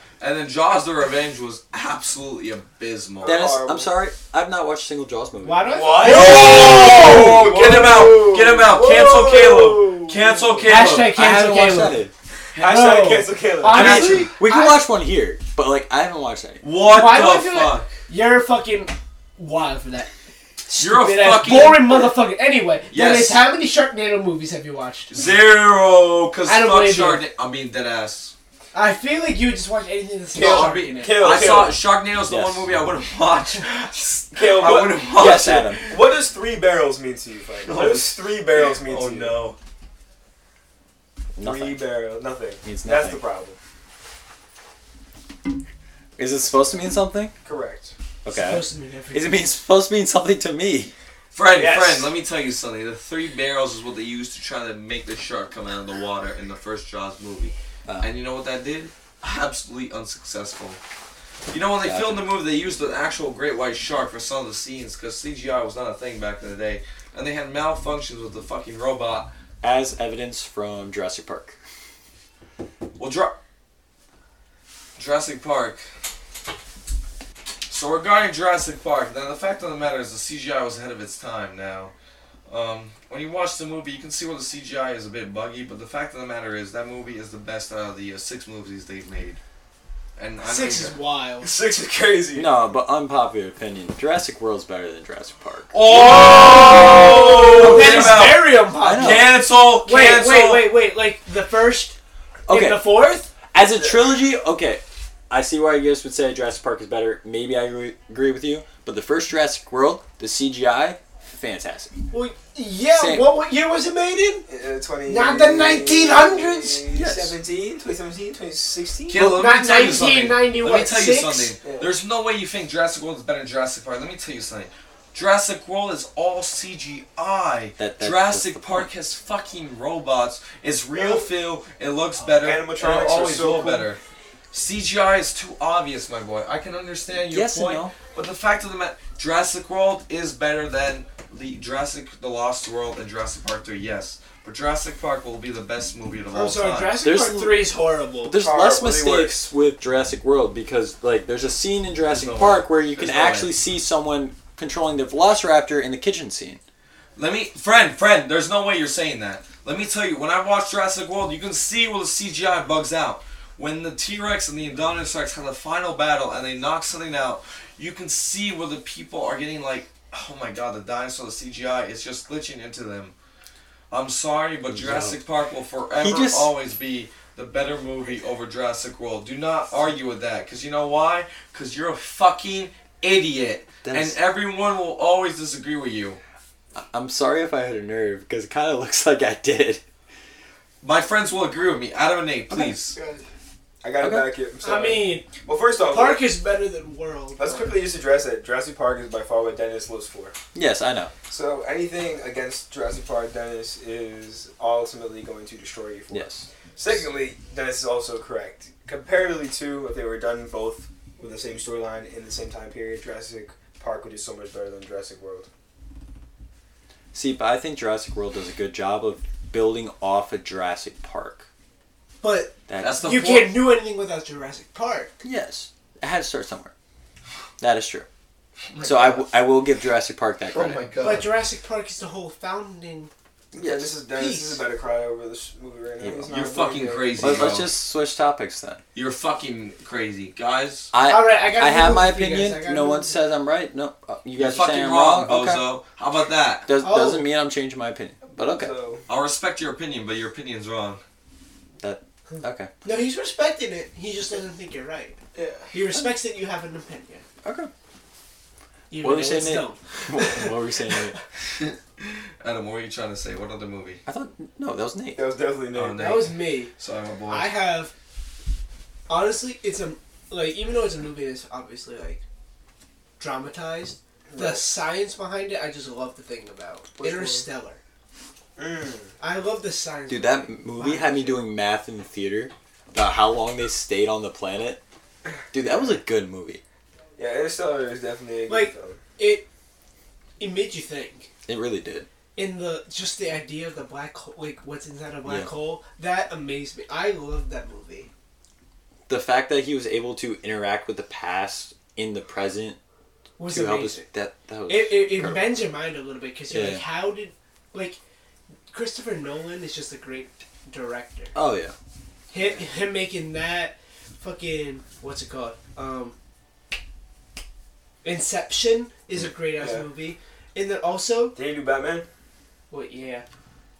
D: and then Jaws: The Revenge was absolutely abysmal.
A: it. Dennis,
B: Horrible.
A: I'm sorry, I've not watched a single Jaws movie.
C: Why do I?
D: Oh,
B: Whoa!
D: get him out! Get him out! Cancel Caleb! Cancel Caleb!
C: Hashtag
A: I haven't
C: cancel
A: watched
C: Caleb.
A: any.
B: Hashtag
C: No.
B: cancel Caleb.
C: I-
D: Imagine-
C: Honestly,
A: We can
C: I-
A: watch one here, but like I haven't watched any.
D: what
C: Why do I
D: the
C: feel
D: fuck?
C: You're fucking wild for that.
D: You're a
C: Stupid ass
D: fucking-
C: boring motherfucker. Anyway,
D: Yes.
C: Dennis, how many Sharknado movies have you watched?
D: Zero, cause
C: I don't
D: fuck
C: believe you.
D: Chardonnay. I mean, dead ass.
C: I feel like you would just watch anything that's
B: Caleb,
C: got shark
D: be-
C: in it.
B: Caleb,
D: I saw
B: Caleb.
D: Sharknado's the
A: Yes.
D: one movie I wouldn't watch.
B: Caleb,
D: I
B: what-
D: wouldn't watch
A: Yes,
D: it.
A: Adam.
B: What does three barrels mean to you, Frank? What does three barrels mean
D: Oh
B: to you?
D: no.
B: Three
A: Nothing.
B: barrels, nothing.
A: Means
B: That's
A: nothing.
B: the problem.
A: Is it supposed to mean something?
B: Correct.
A: Okay.
C: Supposed to mean everything.
A: Is it mean, supposed to mean something to me?
D: Friend,
B: Yes.
D: friend, let me tell you something. The three barrels is what they used to try to make the shark come out of the water in the first Jaws movie.
A: Uh.
D: and you know what that did? Absolutely unsuccessful. You know, when they
A: Gotcha.
D: filmed the movie, they used the actual great white shark for some of the scenes because CGI was not a thing back in the day. And they had malfunctions with the fucking robot.
A: As evidence from Jurassic Park.
D: Well, Jura- Jurassic Park. So regarding Jurassic Park, now the fact of the matter is the CGI was ahead of its time. Now, um, when you watch the movie, you can see where the CGI is a bit buggy, but the fact of the matter is that movie is the best out of the uh, six movies they've made. And I
C: Six
D: think
C: is
D: that-
C: wild.
B: Six is crazy.
A: No, but unpopular opinion. Jurassic World's better than Jurassic Park.
D: Oh!
C: That is
D: Cancel!
C: very unpopular.
A: I know.
D: Cancel!
C: Wait, wait, wait, wait. Like the first
A: Okay.
C: and the fourth?
A: As a trilogy, okay. I see why you guys would say Jurassic Park is better. Maybe I agree, agree with you. But the first Jurassic World, the CGI, fantastic.
C: Well, yeah.
A: Same.
C: What, what year was it made in?
B: Uh, 20,
C: Not the 1900s.
B: 17, 2017, 2016.
D: Caleb, let
C: Not
D: me tell you something.
C: 1990,
D: Let me
C: what,
D: tell you
C: six?
D: something.
B: Yeah.
D: There's no way you think Jurassic World is better than Jurassic Park. Let me tell you something. Jurassic World is all CGI.
A: that- that's the
D: Jurassic
A: point.
D: Park has fucking robots. It's real feel. It looks better.
B: Animatronics
D: and
B: are
D: it always
B: so
D: look
B: cool.
D: better. CGI is too obvious, my boy. I can understand your
A: Yes and
D: point,
A: no.
D: but the fact of the matter, Jurassic World is better than the Jurassic, The Lost World, and Jurassic Park 3. Yes, but Jurassic Park will be the best movie of all
C: I'm sorry,
D: time.
C: Jurassic
A: Oh, There's-
C: Park three is horrible.
A: There's
B: Car
A: less
B: really
A: mistakes with Jurassic World because like there's a scene in Jurassic
D: There's no
A: Park
D: way.
A: where you
D: There's
A: can
D: no way.
A: actually see someone controlling the Velociraptor in the kitchen scene.
D: Let me, friend, friend. There's no way you're saying that. Let me tell you. When I watch Jurassic World, you can see where the CGI bugs out. When the T Rex and the Indominus Rex have the final battle and they knock something out, you can see where the people are getting like, oh my god, the dinosaur, the CGI is just glitching into them. I'm sorry, but Jurassic Park will forever
A: He just-
D: always be the better movie over Jurassic World. Do not argue with that, because you know why? Because you're a fucking idiot,
A: Dennis-
D: and everyone will always disagree with you.
A: I'm sorry if I hit a nerve because it kind of looks like I did.
D: My friends will agree with me. Adam and Nate, please.
B: I got
A: Okay.
B: it back here. I'm
C: I
B: sorry.
C: mean,
B: well, first off,
C: Park is better than World.
B: let's
C: bro.
B: quickly just address that Jurassic Park is by far what Dennis lives for.
A: Yes, I know.
B: So anything against Jurassic Park, Dennis is ultimately going to destroy you for.
A: Yes.
B: Secondly, Dennis is also correct. Comparatively to if they were done both with the same storyline in the same time period, Jurassic Park would do so much better than Jurassic World.
A: See, but I think Jurassic World does a good job of building off a Jurassic Park.
C: But
A: That,
D: That's the
C: you
D: point.
C: can't do anything without Jurassic Park.
A: yes. It had to start somewhere. That is true. so I, w- I will give Jurassic Park that
D: Oh
A: credit.
D: my god.
C: But Jurassic Park is the whole founding
B: Yeah, this is Dennis.
C: Peace.
B: This is about to cry over this movie right now.
D: Yeah,
B: He's not
D: you're
B: really
D: fucking
B: good.
D: crazy.
A: Let,
D: bro.
A: us just switch topics then.
D: You're fucking crazy, guys.
A: I
C: All right, I got.
A: I have my opinion. no one says I'm right. No, uh, you
D: You're
A: guys are
D: fucking
A: saying I'm
D: wrong,
A: wrong. Okay.
D: bozo. How about that?
A: Does,
C: Oh.
A: Doesn't mean I'm changing my opinion. But okay.
B: So,
D: I'll respect your opinion, but your opinion's wrong.
A: Okay.
C: No, he's respecting it. He just doesn't think you're right.
B: yeah.
C: He respects that you have an opinion.
A: Okay.
C: Even
A: What were
C: though
A: you
C: it's
A: saying, Nate?
C: dumb.
A: what were we saying? Nate?
D: Adam, what were you trying to say? What other movie?
A: I thought no, that was Nate.
B: That was definitely Nate.
D: Oh, Nate.
C: That was me.
D: Sorry, my boy.
C: I have. Honestly, it's a like even though it's a movie that's obviously like dramatized. The science behind it, I just love to think about.
B: Which one?
C: Interstellar.
B: Mm.
C: I love the science.
A: Dude,
C: behind
A: that
C: it.
A: movie had me doing math in the theater about how long they stayed on the planet. Dude, that was a good movie.
B: Yeah, Interstellar is definitely a good
C: Like-
B: film.
C: It it made you think.
A: It really did.
C: in the just the idea of the black hole, like what's inside a black
A: Yeah.
C: hole, that amazed me. I loved that movie.
A: The fact that he was able to interact with the past in the present
C: Was
A: to help us
C: amazing.
A: that that was
C: It it, it
A: incredible.
C: bends your mind a little bit because you're
A: Yeah.
C: like, how did like Christopher Nolan is just a great director.
A: Oh yeah.
C: Him, him making that fucking what's it called? Um, Inception is a great ass
B: Yeah.
C: movie, and then also
B: Did he do Batman?
C: what? yeah,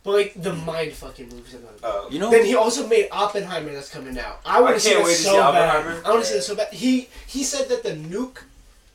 C: but like the mind fucking moves in the
B: Oh.
A: You know
C: Then he also made Oppenheimer that's coming out. I
B: I
C: want to see
B: can't
C: that
B: wait to
C: so
B: see
C: bad.
B: Oppenheimer.
C: I want to see that so bad. He he said that the nuke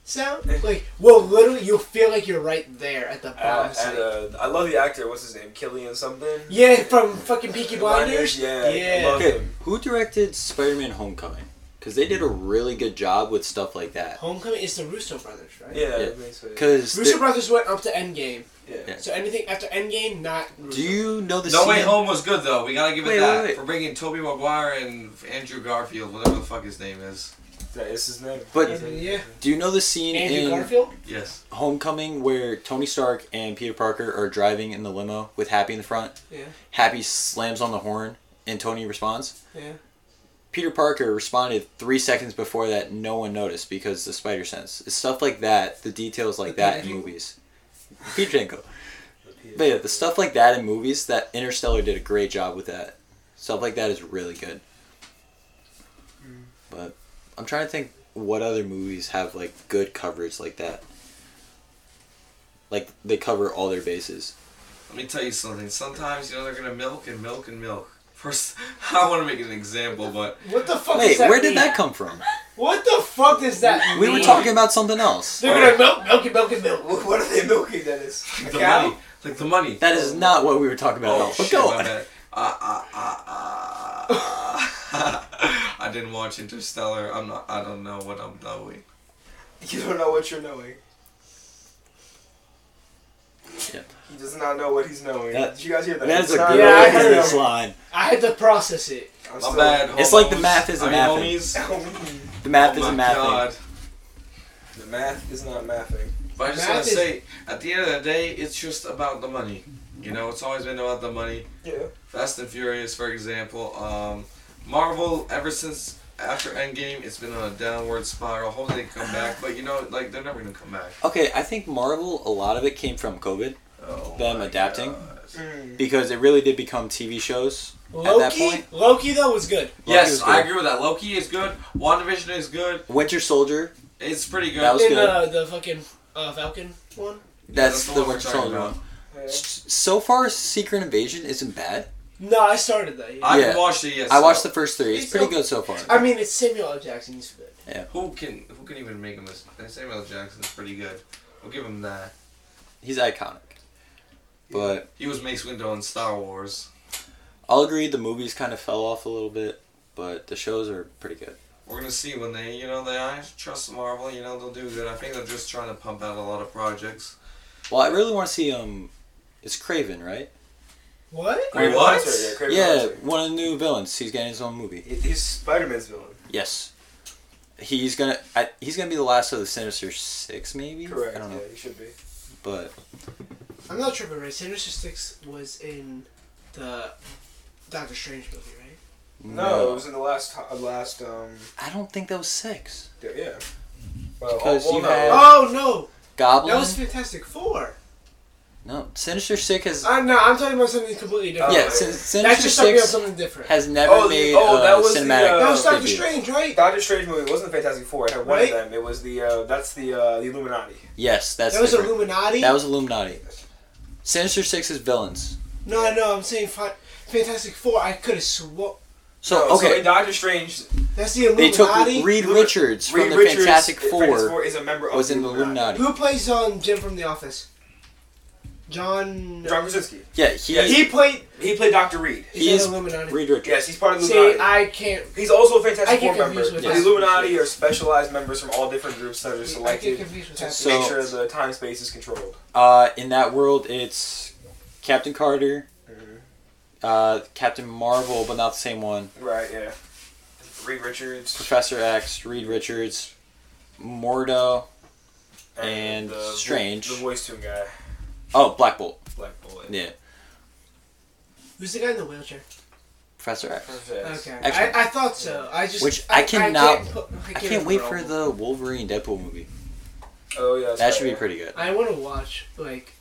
C: sound like well literally you'll feel like you're right there at the bomb
B: Uh,
C: site.
B: and, uh, I love the actor. What's his name? Killian something.
C: yeah, from fucking Peaky Blinders.
B: Yeah.
C: Yeah.
B: I love
A: Okay,
B: him.
A: who directed Spider-Man: Homecoming? Because they did a really good job with stuff like that.
C: Homecoming is the Russo brothers, right?
B: Yeah.
A: Yeah.
B: that makes sense.
A: Because
C: Russo brothers went up to Endgame,
B: Yeah.
A: Yeah.
C: so anything after Endgame, not. Russo.
A: do you know the
D: no
A: scene?
D: Way Home was good though. We gotta give it
A: Wait,
D: that
A: wait, wait.
D: for bringing Toby Maguire and Andrew Garfield, whatever the fuck his name is.
B: That is his name.
A: But-
B: He's in-
C: Mm, Yeah.
A: Do you know the scene in
C: Andrew Garfield?
D: Yes.
A: Homecoming where Tony Stark and Peter Parker are driving in the limo with Happy in the front?
C: Yeah.
A: Happy slams on the horn and Tony responds.
C: Yeah.
A: Peter Parker responded three seconds before that no one noticed because the spider sense. It's stuff like that, the details like
C: The
A: that in
C: Peter Jenko?
A: movies. Peter Jenko. But yeah, the stuff like that in movies, that Interstellar did a great job with that. Stuff like that is really good. But I'm trying to think what other movies have like good coverage like that. Like they cover all their bases.
D: Let me tell you something. Sometimes you know they're gonna milk and milk and milk. First, I want to make an example, but
C: What the fuck?
A: Wait,
C: does that
A: where did
C: mean?
A: that come from?
C: What the fuck does that?
A: We were
C: mean?
A: talking about something else.
C: They're gonna milk, milk, and milk, and milk.
B: What are they milking? That is.
D: like
B: A
D: the
B: cow?
D: money, like the money.
A: That is not what we were talking about. at all.
D: oh
A: But
D: shit!
A: go
D: my
A: on.
D: bad. Uh, uh, uh, uh. I didn't watch Interstellar. I'm not. I don't know what I'm doing.
B: You don't know what you're knowing.
A: Yeah.
B: He does not know what he's knowing.
A: That-
B: Did you guys hear that?
A: That is
B: It's
A: a
B: not-
A: great
C: Yeah, I heard
A: business line.
C: I had to process it.
B: I'm
D: My
B: still-
D: bad. Homos.
A: It's like the math isn't
D: I
A: mathing.
D: mean, homies.
A: The math
D: oh
A: is
D: my
A: a math
D: God.
B: The math is not mathing.
D: But I just
C: Math
D: want to
C: is-
D: say, at the end of the day, it's just about the money. You know, it's always been about the money.
B: Yeah.
D: Fast and Furious, for example. Um, Marvel, ever since after Endgame, it's been on a downward spiral. Hopefully they come back, but you know, like they're never gonna come back.
A: thing. Okay, I think Marvel. A lot of it came from COVID
D: Oh,
A: Them
D: my
A: adapting?
D: God.
A: because it really did become TV shows.
C: Loki,
A: that point-
C: Loki though was good.
A: Loki was
D: Yes,
A: good.
D: I agree with that. Loki is good. WandaVision is good.
A: Winter Soldier.
D: It's pretty good.
A: That was
C: in
A: good.
C: Uh, the fucking uh, Falcon one.
A: That's,
D: that's the
A: the,
D: one we're
A: Winter
D: talking
A: Soldier
D: about.
A: one. S- So far, Secret Invasion isn't bad.
C: No, I started that. Yeah.
D: I
A: Yeah.
D: watched it. Yes,
A: I watched the first three. It's
C: It's
A: pretty
C: so-
A: good so far.
C: I mean, it's Samuel L. Jackson. He's good.
D: Who can who can even make a mistake? Samuel L. Jackson's pretty good. We'll give him that.
A: He's iconic. But
D: He was Mace Windu in Star Wars.
A: I'll agree the movies kind of fell off a little bit, but the shows are pretty good.
D: We're gonna see when they, you know, they I trust Marvel. You know, they'll do good. I think they're just trying to pump out a lot of projects.
A: Well, I really want to see um, it's Craven, right?
C: What?
D: Wait,
B: Craven
D: what?
B: Hunter, yeah, Craven
A: yeah,
B: Hunter.
A: one of the new villains. He's getting his own movie.
B: He- He's Spider Man's villain.
A: Yes. He's gonna I, he's gonna be the last of the Sinister Six, maybe.
B: Correct.
A: I don't know,
B: Yeah, he should be.
A: but
C: I'm not tripping, right? Sinister Six was in the Doctor Strange movie, right?
B: No, it was in the last. ho- Last. Um.
A: I don't think that was six.
B: Yeah. yeah. Well,
A: Because
B: well,
A: you
B: no.
A: had-
C: Oh no,
A: Goblin.
C: that was Fantastic Four.
A: No, Sinister Six has
C: I Uh, no, I'm talking about something completely different.
A: yeah, Sin-
C: that's
A: Sinister
C: Oh, just talking about
A: Six
C: something different.
A: has never
B: Oh, the-
A: made
B: oh,
A: uh,
B: that was the,
A: cinematic.
B: uh,
C: that was Doctor
A: preview.
C: Strange, right?
B: Doctor Strange movie wasn't the Fantastic Four. It had one
C: Right?
B: of them. It was the uh, that's the uh, the Illuminati.
A: Yes, that's
C: that was
A: different.
C: Illuminati.
A: that was Illuminati. Sinister Six is villains.
C: no, I know. I'm saying fi- Fantastic Four. I could have swapped.
A: So
B: No,
A: okay,
B: Doctor Strange.
C: That's the
A: they
C: Illuminati.
A: took Reed
B: Illumi-
A: Richards from
B: Reed
A: the
B: Richards,
A: Fantastic
B: the
A: Four,
B: is a member of
A: was
B: the
A: in the Illuminati.
C: Who plays um Jim from The Office? John.
B: John Krasinski.
A: Yeah, he
B: Yeah, he played he played Doctor Reed.
C: He's
A: he
C: in
A: is
C: Illuminati.
A: Reed Richards.
B: Yes, he's part of the
C: See,
B: Illuminati.
C: I can't.
B: He's also a
C: I
B: Fantastic
C: get
B: Four member.
C: confused with
B: The
A: that.
B: Illuminati are specialized members from all different groups that are
C: I get
B: selected
C: confused with
B: to
C: that.
A: So-
B: make sure the time space is controlled.
A: Uh, in that world, it's Captain Carter,
B: Mhm.
A: uh, Captain Marvel, but not the same one.
B: Right. Yeah. Reed Richards
A: Professor X, Reed Richards, Mordo. and
B: uh, the-
A: Strange.
B: the voice tune guy,
A: Oh, Black Bolt.
B: Black Bullet.
A: Yeah,
C: Who's the guy in the wheelchair?
A: Professor X.
B: Perfect.
C: Okay.
A: Excellent.
C: I, I thought so. I just.
A: Which I
C: I,
A: cannot-
C: I can't, put- I
A: I
C: can't
A: can't wait for
C: roll.
A: the Wolverine Deadpool movie.
B: Oh yeah. that's
A: That should be
B: right.
A: pretty good.
C: I want to watch like.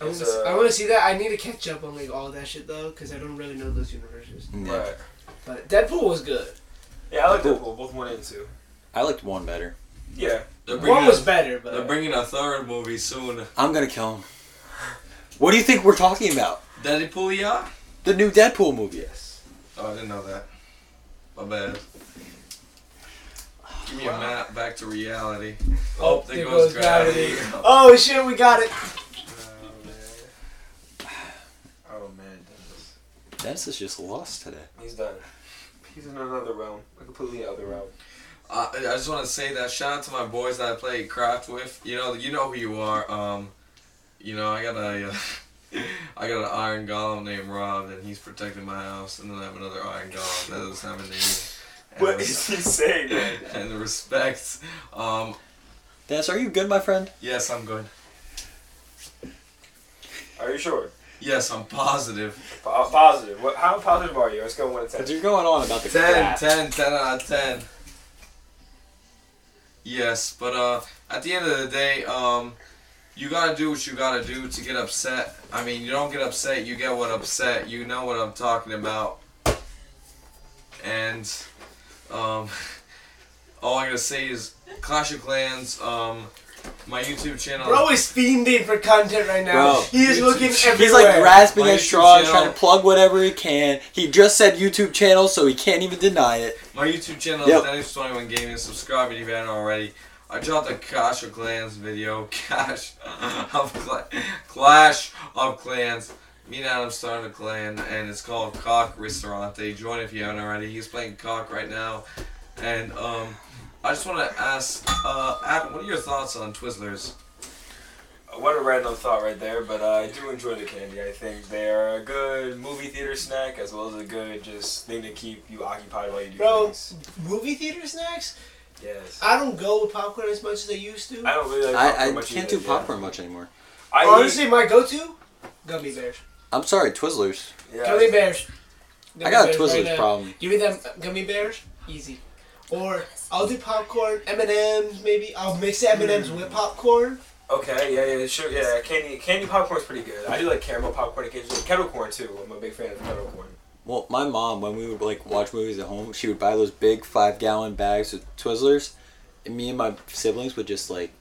C: I want
B: It's,
C: to see,
B: uh,
C: I want to see that. I need to catch up on like all that shit though, because I don't really know those universes.
A: Yeah.
B: Right.
C: But Deadpool was good.
B: Yeah, I like Deadpool. Both one and two.
A: I liked one better.
B: Yeah.
D: They're
C: One
D: bringing,
C: was
D: a,
C: better,
D: they're
C: but
D: bringing a third movie soon.
A: I'm gonna kill him. What do you think we're talking about?
D: Deadpool, yeah?
A: The new Deadpool movie.
B: Yes.
D: Oh, I didn't know that. My bad. Give me a map back to reality. Oh, there, goes, gravity.
C: oh shit, we got it.
B: Oh man. Oh man. Dennis.
A: Dennis is just lost today.
B: He's done. He's in another realm, a completely other realm.
D: Uh, I just want to say that shout out to my boys that I play craft with. You know, you know who you are. Um, you know, I got a, uh, I got an iron golem named Rob, and he's protecting my house. And then I have another iron golem that doesn't have a name. And
B: What
D: the
B: is he saying? man?
D: res- And the respect. Um,
A: Dennis, are you good, my friend?
D: yes, I'm good.
B: Are you sure?
D: Yes, I'm positive.
B: Po- uh, positive. What? How positive are you? Let's go one to ten.
A: Because you're going on about the
D: 10,
A: crap.
D: 10, 10 out of 10. Yes, but uh, at the end of the day, um, you gotta do what you gotta do to get upset. I mean, you don't get upset, you get what upset. You know what I'm talking about. And um, all I gotta say is Clash of Clans, um, my YouTube channel.
C: Bro is fiending for content right now.
A: Bro.
C: he is looking everywhere.
A: He's like grasping
D: My
A: at
D: YouTube
A: straws,
D: channel.
A: trying to plug whatever he can. He just said YouTube channel, so he can't even deny it.
D: My YouTube channel
A: Yep.
D: is Dennis21 Gaming. Subscribe if you haven't already. I dropped a Clash of Clans video. Clash of Cla- Clash of Clans. Me and Adam started a clan, and it's called Cock Ristorante. Join if you haven't already. He's playing Cock right now, and um, I just want to ask uh, Adam, what are your thoughts on Twizzlers?
B: Uh, What a random thought right there, but uh, I do enjoy the candy. I think they are a good movie theater snack as well as a good just thing to keep you occupied while you do
C: Bro.
B: things.
C: Movie theater snacks?
B: Yes.
C: I don't go with popcorn as much as I used to.
B: I don't really like popcorn
A: I, I
B: much
A: can't
B: either,
A: do
B: yeah.
A: popcorn much anymore.
B: I
C: Honestly, my go-to gummy bears.
A: I'm sorry, Twizzlers.
B: eat, yeah.
C: Gummy bears.
A: I got a
C: Gummy bears
A: Twizzlers
C: right now.
A: problem.
C: Give me them gummy bears, easy. Or I'll do popcorn, M and M's maybe. I'll mix the M and
A: Hmm.
C: M's with popcorn.
B: Okay, yeah, yeah, sure, yeah. Candy, candy popcorn's pretty good. I do like caramel popcorn occasionally. Kettle corn too. I'm a big fan of kettle corn.
A: Well, my mom, when we would like watch movies at home, she would buy those big five gallon bags of Twizzlers, and me and my siblings would just like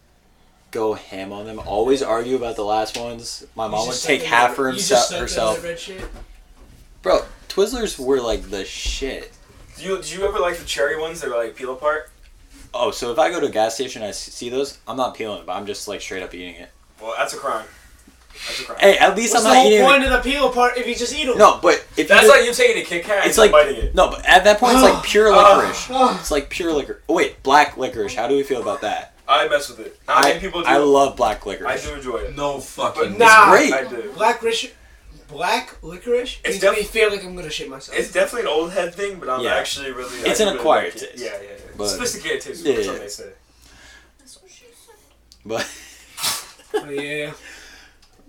A: go ham on them. Always argue about the last ones. My mom would take half for himself herself. Bro, Twizzlers were like the shit.
B: Do you do you ever like the cherry ones that are like peel apart?
A: Oh, so if I go to a gas station and I s- see those, I'm not peeling it, but I'm just like straight up eating it.
B: Well, that's a crime. That's a crime.
A: Hey, at least
C: What's
A: I'm
C: the
A: not
C: whole
A: eating.
C: point of the peel part if you just eat them?
A: it. No, but if
B: That's
A: you do-
B: like you taking a Kit Kat
A: it's like
B: and biting it.
A: no, but at that point it's like pure
B: Ah.
A: licorice.
C: Ah.
A: It's like pure licorice. Oh, wait, black licorice. How do we feel about that?
B: I mess with it. Not
A: I
B: many people do.
A: I love black
B: I
A: licorice.
B: do enjoy it.
D: No
B: But
D: fucking.
C: Nah.
A: great.
B: I do.
C: Black licorice. Black licorice
B: It's
C: makes me
B: def-
C: feel like I'm gonna shit myself.
B: It's definitely an old head thing, but I'm
A: Yeah.
B: actually really. I
A: It's an
B: really
A: acquired
B: like it.
A: taste.
B: Yeah, yeah, yeah.
A: But-
B: Sophisticated taste is
A: Yeah,
B: what some
A: yeah.
B: may say.
A: But
C: Oh, yeah,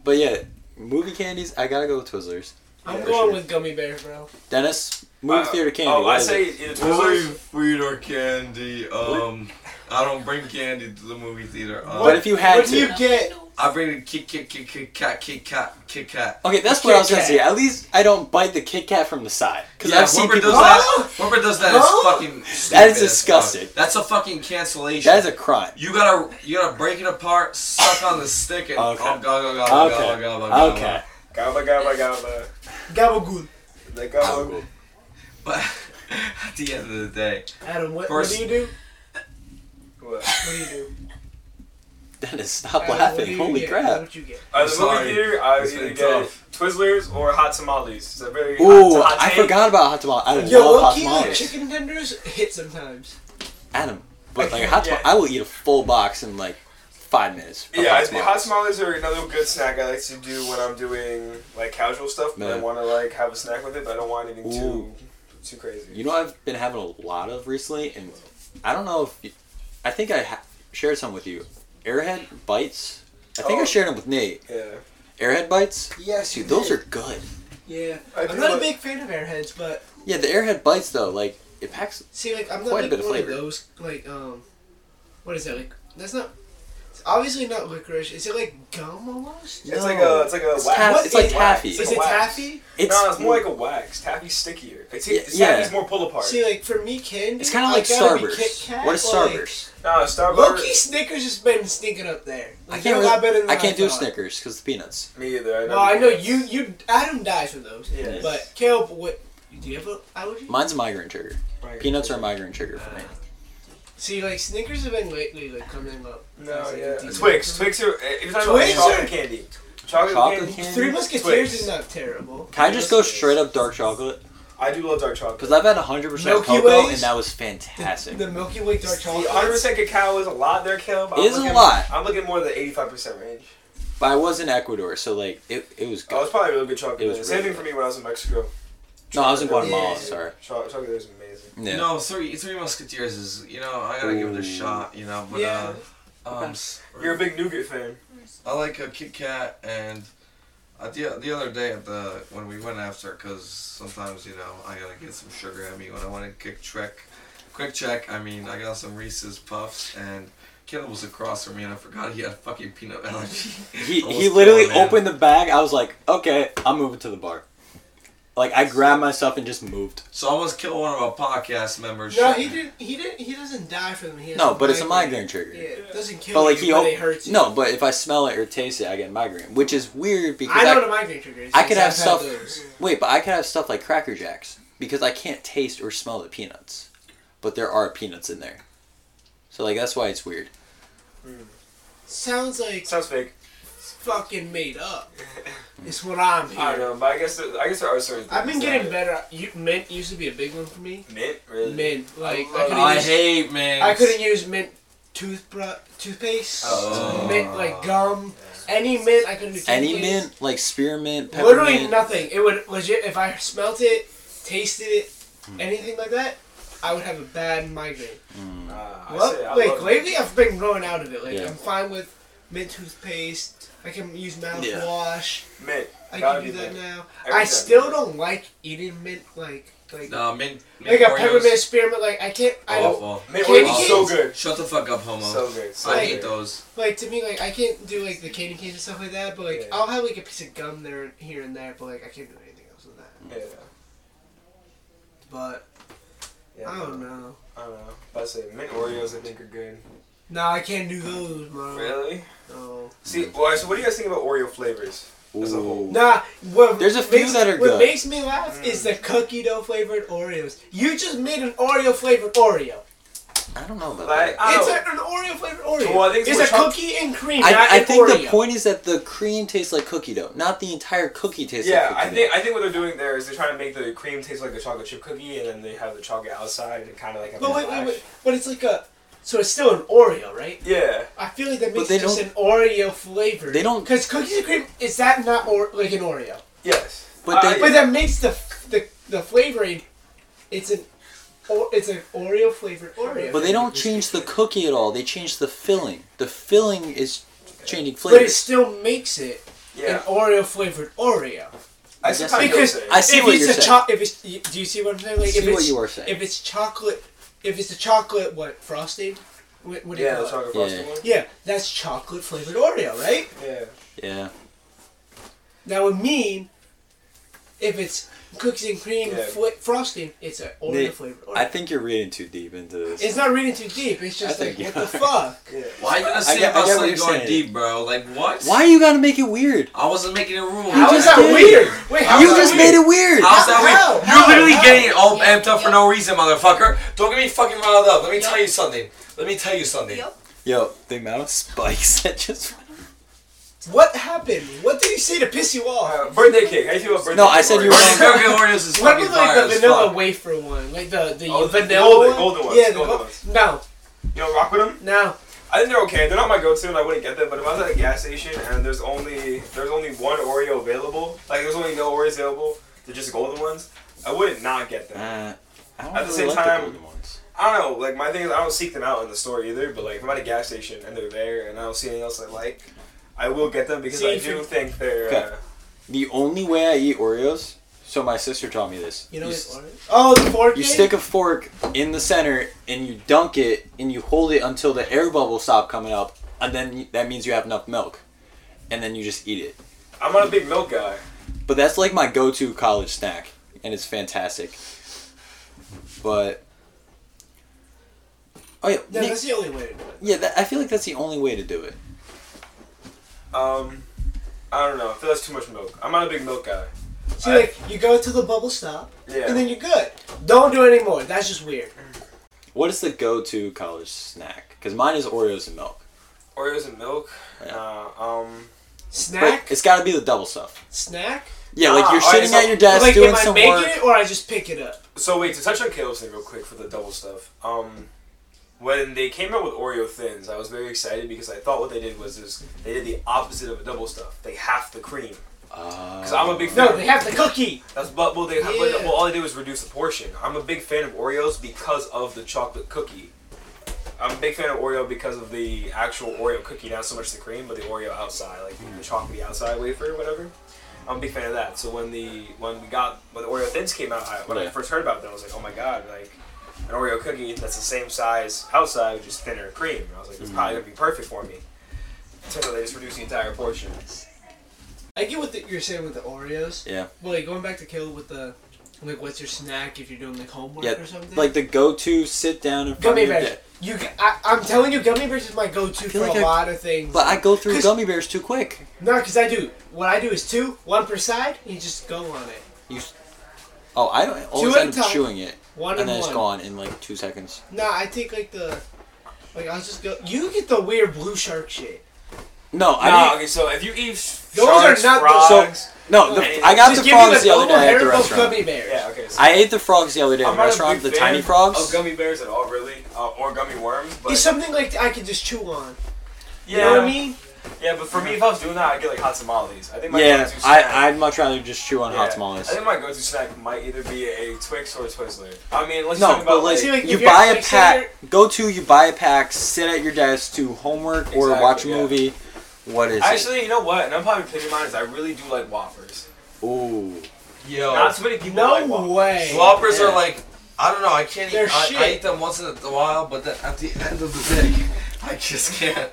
A: but yeah, movie candies. I gotta go with Twizzlers.
C: I'm
B: Yeah,
C: going
A: sure.
C: with gummy bears, bro.
A: Dennis, movie
B: Uh,
A: theater candy.
B: Oh,
A: what
B: I
A: is
B: say
A: it?
B: either
D: Boy,
B: Twizzlers.
D: food or candy? Um, I don't bring candy to the movie theater. Uh,
A: But if you had
C: What do
A: to,
C: you get?
E: I've rated Kit Kit Kit Kit Kat Kit Kat Kit Kat.
A: Okay, that's what I was
C: Kit
A: gonna
C: Kat.
A: say. At least I don't bite the Kit Kat from the side because
E: Yeah,
A: I've seen
E: whoever
A: people.
E: does that, whoever does that is fucking. stupid as fuck.
A: disgusting.
E: That's a fucking cancellation.
A: that is a crime.
E: You gotta, you gotta break it apart, suck on the stick, and
A: Okay.
E: oh, go, go, go, go, go,
A: Okay.
E: go, go, go,
A: Okay.
B: Gabba gabba gabba.
C: Gabagool.
B: The gabba.
E: But at the end of the day,
C: Adam, what, what
E: First-
C: do you do?
B: What? Uh,
C: What do you do?
A: Dennis, stop
C: Adam, what do
A: laughing.
C: you
A: Holy
C: get?
A: crap.
C: What you get?
B: At the
E: sorry.
B: movie theater, I
E: It's
B: either
E: been
B: get
E: tough.
B: Twizzlers or hot tamales. It's a very
A: Ooh,
B: hot, hot
A: I
B: take.
A: forgot about hot tamale. I
C: Yo,
A: love hot
C: what kilo
A: tamales.
C: chicken tenders hit sometimes?
A: Adam, but
C: I
A: like
C: can't
A: hot tamale,
B: get-
A: I will eat a full box in like five minutes. of
B: Yeah,
A: hot
B: hot tamales. hot
A: tamales.
B: tamales are another good snack I like to do when I'm doing like casual stuff, but I
A: Man.
B: want to like have a snack with it, but I don't want anything too too crazy.
A: You know, what I've been having a lot of recently, and I don't know if you, I think I ha- shared some with you. Airhead bites. I think I
B: Oh.
A: shared them with Nate.
B: yeah,
A: Airhead bites.
C: Yes,
A: Dude, those are good.
C: Yeah,
B: I
C: I'm
B: do
C: not a
B: like-
C: big fan of airheads, but
A: Yeah, the airhead bites though, like it packs.
C: see, like I'm
A: Quite a
C: not
A: bit
C: like
A: of
C: one of
A: flavor.
C: those. Like, um, what is that? Like, that's not. It's obviously not licorice. Is it like gum almost?
B: it's like a it's like a
A: It's
B: wax.
A: taff- it's like
B: a wax.
A: taffy.
B: It's
C: is
B: a
C: it
B: wax.
C: taffy?
A: It's
B: no, it's more like a wax. Taffy's stickier. It's,
A: Yeah,
B: it's
A: yeah.
B: Taffy's more pull apart.
C: See, like for me, candy.
A: It's kind of
C: I
A: like
C: gotta be Kit
A: Starburst.
C: Kat
A: What is
C: or, like,
A: Starburst?
B: no, Starburst.
C: Low-key Snickers has been sneaking up there.
A: I can't.
C: Like, they're a lot
A: really-
C: better than
A: I can't do
C: thought.
A: Snickers because the peanuts.
B: Me either. I
C: Well, I know
B: do
C: you. You Adam dies from those.
B: Yeah.
C: But Caleb, what? Do you have an allergy?
A: Mine's a migraine trigger.
B: that.
A: Peanuts are a migraine trigger for me.
C: See, like Snickers have been lately like coming up.
B: No,
C: as, like,
B: yeah.
C: a decent-
B: Twix. Twix are. eh, If you're talking
C: Twix
B: about chocolate
C: are-
B: candy. Chocolate,
A: Chocolate
B: candy.
A: candy?
C: Three Musketeers is not terrible.
A: Can I just go straight up dark chocolate?
B: I do love dark chocolate.
A: Because I've had 100%
C: Milky
A: cocoa
C: Ways?
A: and that was
C: The-
A: fantastic.
C: The Milky Way dark
B: The
C: chocolate.
B: 100% cacao is a lot there, Caleb. I'm
A: It is a
B: looking-
A: lot.
B: I'm looking more the 85% range.
A: but I was in Ecuador, so like it, it was
B: Oh,
A: good.
B: it's probably really good chocolate.
A: It was
B: there. Same
A: really
B: thing for me when I was in Mexico.
A: No, I was in
B: Chocolate there
A: Guatemala.
B: was amazing.
A: Sorry.
B: Cho- chocolate there is amazing.
A: Yeah.
E: No, three, three Musketeers is, you know, I gotta give it a
A: Ooh.
E: shot, you know, but
C: Yeah.
E: uh, um, s-
B: You're a big nougat fan.
E: I like a Kit Kat and. Uh, the, the other day at the when we went after because sometimes you know I gotta get some sugar at me when I want to kick check quick check I mean I got some Reese's puffs and Caleb was across from me and I forgot he had a fucking peanut allergy
A: He,
E: Almost
A: he literally
E: killed a man.
A: opened the bag. I was like, okay, I'm moving to the bar. Like I grabbed myself and just moved.
E: so I almost killed one of our podcast members
C: No, he didn't. He didn't. He doesn't die from them. He has
A: No, but it's a migraine trigger.
C: Yeah, it doesn't kill
A: But like
C: you,
A: he
C: but
A: op-
C: it hurts you.
A: no, but if I smell it or taste it, I get migraine, which is weird because
C: I know
A: I-
C: what a migraine trigger is.
A: I could
C: because
A: have
C: I've
A: stuff.
C: had those.
A: Wait, but I could have stuff like Cracker Jacks because I can't taste or smell the peanuts, but there are peanuts in there. So like that's why it's weird.
C: Sounds like
B: It sounds fake.
C: fucking made up. it's what I'm
B: I don't
C: hearing.
B: know, but I guess there, I guess there are certain.
C: I've been
B: things
C: getting
B: that-
C: better. You, mint used to be a big one for me.
B: mint. Really?
C: Mint, like I,
B: love-
C: couldn't
E: I
C: use,
E: hate man
C: I couldn't use mint toothbrush, toothpaste,
E: Oh.
C: mint like gum, any mint I couldn't do.
A: Any
C: toothpaste.
A: mint, like spearmint, peppermint.
C: Literally nothing. It would legit if I smelt it, tasted it, anything like that, I would have a bad migraine.
B: Uh, I
C: Well,
B: say I
C: like
B: love mint.
C: lately, I've been growing out of it. Like
A: Yeah.
C: I'm fine with mint toothpaste. I can use mouthwash.
B: mint.
C: I
B: Gotta
C: can do
B: be
C: that
B: mint.
C: now.
B: Every
C: I
B: time.
C: still don't like eating mint like like
E: no mint, mint
C: like a
E: Oreos.
C: peppermint spearmint. Like I can't. I don't
E: awful
B: Mint
C: Candy
B: Oreos is so
C: canes?
B: good.
E: shut the fuck up homo
B: So good. So
E: I
C: Like-
E: hate
B: good.
E: those
C: like to me like I can't do like the candy canes and stuff like that. But like
B: Yeah.
C: I'll have like a piece of gum there here and there. But like I can't do anything else with that.
B: Yeah.
C: But
B: yeah
C: I don't know. Mm.
B: I don't know. But I say mint Oreos, I think are good.
C: No, I can't do those, bro.
B: Really?
C: No.
B: See, well, so what do you guys think about Oreo flavors? As a whole.
C: Nah, what
A: There's a few
C: makes-
A: that are
C: what
A: good.
C: makes me laugh
B: Mm.
C: is the cookie dough flavored Oreos. You just made an Oreo flavored Oreo.
A: I don't know about
B: Like,
A: that.
B: I
C: It's
B: don't-
C: a, an Oreo flavored Oreo.
B: Oh. Well, I think it's
C: it's
B: more
C: a
B: choc-
C: cookie and cream, not
A: I, I
C: an
A: think
C: Oreo.
A: the point is that the cream tastes like cookie dough, not the entire cookie tastes
B: Yeah,
A: like
B: I
A: cookie
B: think I think what they're doing there is they're trying to make the cream taste like the chocolate chip cookie, and then they have the chocolate outside and kind of like. a
C: But wait, wait,
B: lash.
C: wait. But it's like a. So it's still an Oreo, right?
B: Yeah,
C: I feel like that
A: But
C: makes
A: they
C: it just
A: don't-
C: an Oreo flavor.
A: They don't-
C: Because cookies and cream is that not or, like an Oreo?
B: yes.
A: But they-
B: I-
C: But that makes the the the flavoring. It's an. Or, it's an Oreo flavored Oreo.
A: But they don't change the cookie at all. They change the filling. The filling is changing
C: But it
A: flavors.
C: still makes it an
B: yeah,
C: Oreo flavored Oreo.
B: I see
A: Because-
B: how you're
C: because
B: saying.
A: I see
C: if
A: what
C: it's
A: you're
C: a
A: saying.
C: cho- if it's, you- do you see what I'm saying? Like,
A: See
C: if
A: what
C: it's,
A: you are saying.
C: If it's chocolate, if it's the chocolate, what frosting? What, what do
B: Yeah,
C: you
B: the
C: call it?
B: chocolate
A: Yeah.
B: frosting one.
C: Yeah, that's chocolate flavored Oreo, right?
B: Yeah.
A: Yeah.
C: That would mean if it's cookies and cream
B: Yeah.
C: fl- frosting, it's an Oreo
A: Nick,
C: flavored Oreo.
A: I think you're reading too deep into this.
C: it's not reading too deep. It's just
A: I
C: like,
A: think
C: what
A: you
C: the
A: are.
C: fuck?
B: Yeah.
E: Why are you gonna
A: I
E: say
A: get- I
E: about
A: get what
E: something
A: you're
E: going
A: saying.
E: deep, bro? Like what?
A: Why you gotta make it weird?
E: I wasn't making a rule.
A: How is that
C: weird? Wait, how
A: you
C: is that
A: just
C: weird?
A: made it weird.
E: How's that weird?
C: How?
E: You're
C: How?
E: literally
C: How?
E: getting all
F: Yeah,
E: amped up for
F: yeah.
E: no reason, motherfucker. Don't get me fucking riled up. Let me
F: Yeah.
E: tell you something. Let me tell you something.
F: Yep.
A: Yo, the amount of spikes that just.
C: What happened? What did you say to piss you off?
B: Uh, birthday cake. How you feel about birthday
A: No, I
B: cake
A: said you
B: Oreos?
A: were
E: Birthday cookie Oreos
C: What
E: is fucking
C: about like
E: fire
C: the
E: as
C: vanilla
E: fuck.
C: wafer one? Like the, the
B: Oh, the
C: vanilla
B: golden-
C: one?
B: golden ones,
C: Yeah, the
B: golden
C: go-
B: ones.
C: No,
B: You don't rock with them?
C: no.
B: I think they're okay. They're not my go-to, and I wouldn't get them. But if I was at a gas station and there's only there's only one Oreo available, like there's only no Oreos available, they're just golden ones. I wouldn't not get them.
A: Uh, I don't
B: At the
A: really
B: same
A: like
B: time-
A: the golden ones.
B: I don't know. Like my thing is, I don't seek them out in the store either. But like if I'm at a gas station and they're there and I don't see anything else I like, I will get them because
C: See,
B: I
C: if
B: do
C: you-
B: think they're.
A: Okay.
B: Uh,
A: The only way I eat Oreos, so my sister taught me this.
C: You know
A: you,
C: it's
A: s-
C: orange. Oh, the fork.
A: you
C: game?
A: stick a fork in the center and you dunk it and you hold it until the air bubbles stop coming up, and then you- that means you have enough milk, and then you just eat it.
B: I'm not a big milk guy.
A: But that's like my go-to college snack, and it's fantastic. But oh yeah,
C: No,
A: Nick-
C: that's the only way to do it.
A: yeah. That, I feel like that's the only way to do it.
B: Um, I don't know. I feel that's too much milk. I'm not a big milk guy.
C: See,
B: I-
C: like you go to the bubble stop,
B: Yeah.
C: and then you're good. Don't do it anymore. That's just weird.
A: What is the go-to college snack? Because mine is Oreos and milk.
B: Oreos and milk.
A: Yeah.
B: Uh, um.
A: But
C: Snack,
A: it's got to be the double stuff.
C: snack.
A: Yeah, like
B: Ah,
A: you're
B: alright,
A: sitting
B: so-
A: at your desk
C: like,
A: doing
C: am I
A: some
C: making
A: work.
C: it or I just pick it up?
B: So wait to touch on Caleb's thing real quick for the double stuff. Um, when they came out with Oreo thins, I was very excited because I thought what they did was is they did the opposite of a double stuff. They half the cream. Because I'm a big fan.
C: No, they have the cookie.
B: That's but well they but-
C: Yeah.
B: well all they did was reduce the portion. I'm a big fan of Oreos because of the chocolate cookie. I'm a big fan of Oreo because of the actual Oreo cookie, not so much the cream, but the Oreo outside, like
C: Mm.
B: the chocolatey outside wafer or whatever. I'm a big fan of that. So when the when we got when the Oreo thins came out, I, when I
A: Yeah.
B: first heard about them, I was like, oh my god, like an Oreo cookie that's the same size outside, just thinner cream. And I was like, it's probably gonna be perfect for me. Turns out they just reduced the entire portion.
C: I get what the, you're saying with the Oreos.
A: Yeah.
C: But like going back to kill with the, like what's your snack if you're doing like homework
A: Yeah,
C: or something?
A: like the go-to sit down in front
C: gummy
A: of your
C: bears.
A: desk.
C: You, g- I, am telling you, gummy bears is my go-to for
A: feel like
C: a
A: I-
C: lot of things.
A: But I go through
C: 'Cause-
A: gummy bears too quick.
C: no, because I do. What I do is two, one per side, and you just go on it.
A: Oh, I don't. I Always
C: Two at
A: end
C: a
A: up
C: time.
A: chewing it,
C: One
A: and
C: and,
A: then
C: one.
A: it's gone in like two seconds.
C: No, I take like the, like I'll just go. You get the weird blue shark shit.
A: No, I
B: Nah,
A: didn't.
B: okay, so if you eat
C: Those
B: sharks,
C: are not the-
A: So-
B: frogs,
A: No, the,
B: Okay.
A: I got
C: just
A: the
C: give me
A: frogs the, other
C: normal
A: day at the
C: Haribo
A: restaurant.
C: gummy bears.
B: yeah, okay. So
A: I ate the frogs the other day at
B: I'm
A: the
B: not a
A: restaurant.
B: big
A: The
B: fan
A: tiny
B: Of
A: frogs.
B: gummy bears at all, really, uh, or gummy worms. But
C: it's something like I could just chew on.
B: yeah,
C: You know what I mean?
B: yeah. But for me, if I was doing that, I'd get like hot tamales. I think my
A: Yeah,
B: go-to snack,
A: I, I'd much rather just chew on
B: yeah,
A: hot tamales.
B: I think my go-to snack might either be a Twix or a Twizzler. I mean, let's
A: No,
B: talk about
A: but like,
C: See, like,
A: you
C: if you're
A: buy
C: at
A: a
C: Twix
A: pack. Go to you buy a pack. Sit at your desk, do homework or
B: Exactly,
A: watch a
B: yeah.
A: movie. What is
B: actually, you know what? And I'm probably picking mine is I really do like Whoppers.
A: it? Ooh,
E: Yo,
A: Oh.
B: Not so many people like
C: No
B: Whoppers.
C: way.
E: whoppers
A: Yeah.
E: are like, I don't know. I can't eat.
C: They're
E: I, I
C: shit.
E: eat them once in a while, but then at the end of the day, I just can't.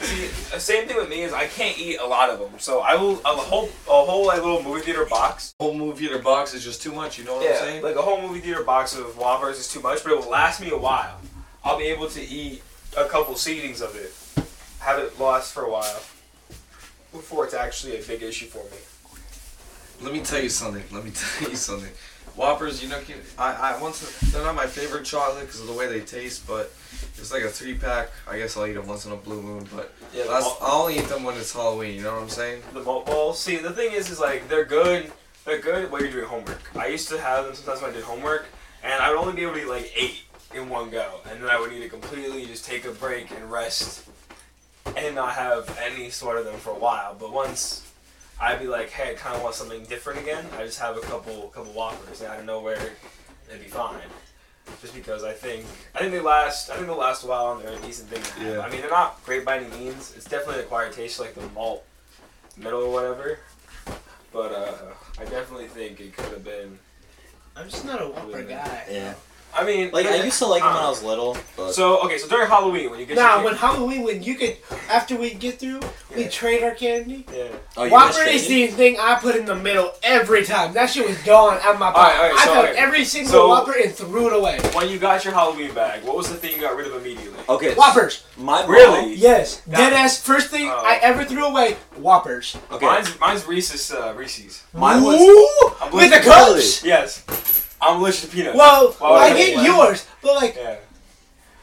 B: See, the same thing with me is I can't eat a lot of them, so I will a whole a whole like little movie theater box.
E: Whole movie theater box is just too much. You know what I'm
B: Yeah,
E: saying?
B: like a whole movie theater box of Whoppers is too much, but it will last me a while. I'll be able to eat a couple seedings of it, have it last for a while, before it's actually a big issue for me.
E: Let me tell you something. Let me tell you something. Whoppers, you know, can, I, I once they're not my favorite chocolate because of the way they taste, but it's like a three pack. I guess I'll eat them once in a blue moon, but
B: Yeah, the,
E: that's,
B: malt,
E: I'll only eat them when it's Halloween. You know what I'm saying?
B: the malt balls. See, the thing is, is like they're good. They're good while you're doing homework. I used to have them sometimes when I did homework, and I would only be able to eat like eight in one go, and then I would need to completely just take a break and rest, and not have any sort of them for a while. But once I'd be like, hey, I kind of want something different again. I just have a couple couple whoppers and out of nowhere, it'd be fine. Just because I think I think they last I think they'll last a while and they're a decent thing. to have.
E: Yeah.
B: I mean they're not great by any means. It's definitely an acquired taste like the malt metal or whatever. But uh, I definitely think it could have been
C: I'm just not a whopper guy.
A: yeah.
B: I mean,
A: Like I used to like him when I
B: uh,
A: was little, but
B: So okay, so during Halloween when you get
C: Now,
B: your,
C: when Halloween, when you get after we get through, we
B: Yeah.
C: trade our candy.
B: yeah.
A: oh, you
C: Whopper
A: missed it.
C: is the thing I put in the middle every time. That shit was gone out of my pocket.
B: Alright, alright,
C: I
B: so,
C: found
B: alright.
C: every single
B: So-
C: Whopper and threw it away.
B: When you got your Halloween bag, what was the thing you got rid of immediately?
A: Okay, s-
C: Whoppers.
A: My mom,
B: Really?
C: Yes.
B: That-
C: Dead ass. First thing
B: Oh.
C: I ever threw away. Whoppers.
A: Okay,
B: Mine's mine's Reese's uh, Reese's.
A: mine was
C: Ooh, with the
B: Really?
C: cups.
B: Yes, I'm allergic to peanuts.
C: Well,
B: Wow,
C: I
B: okay.
C: get yours, but like you
B: yeah.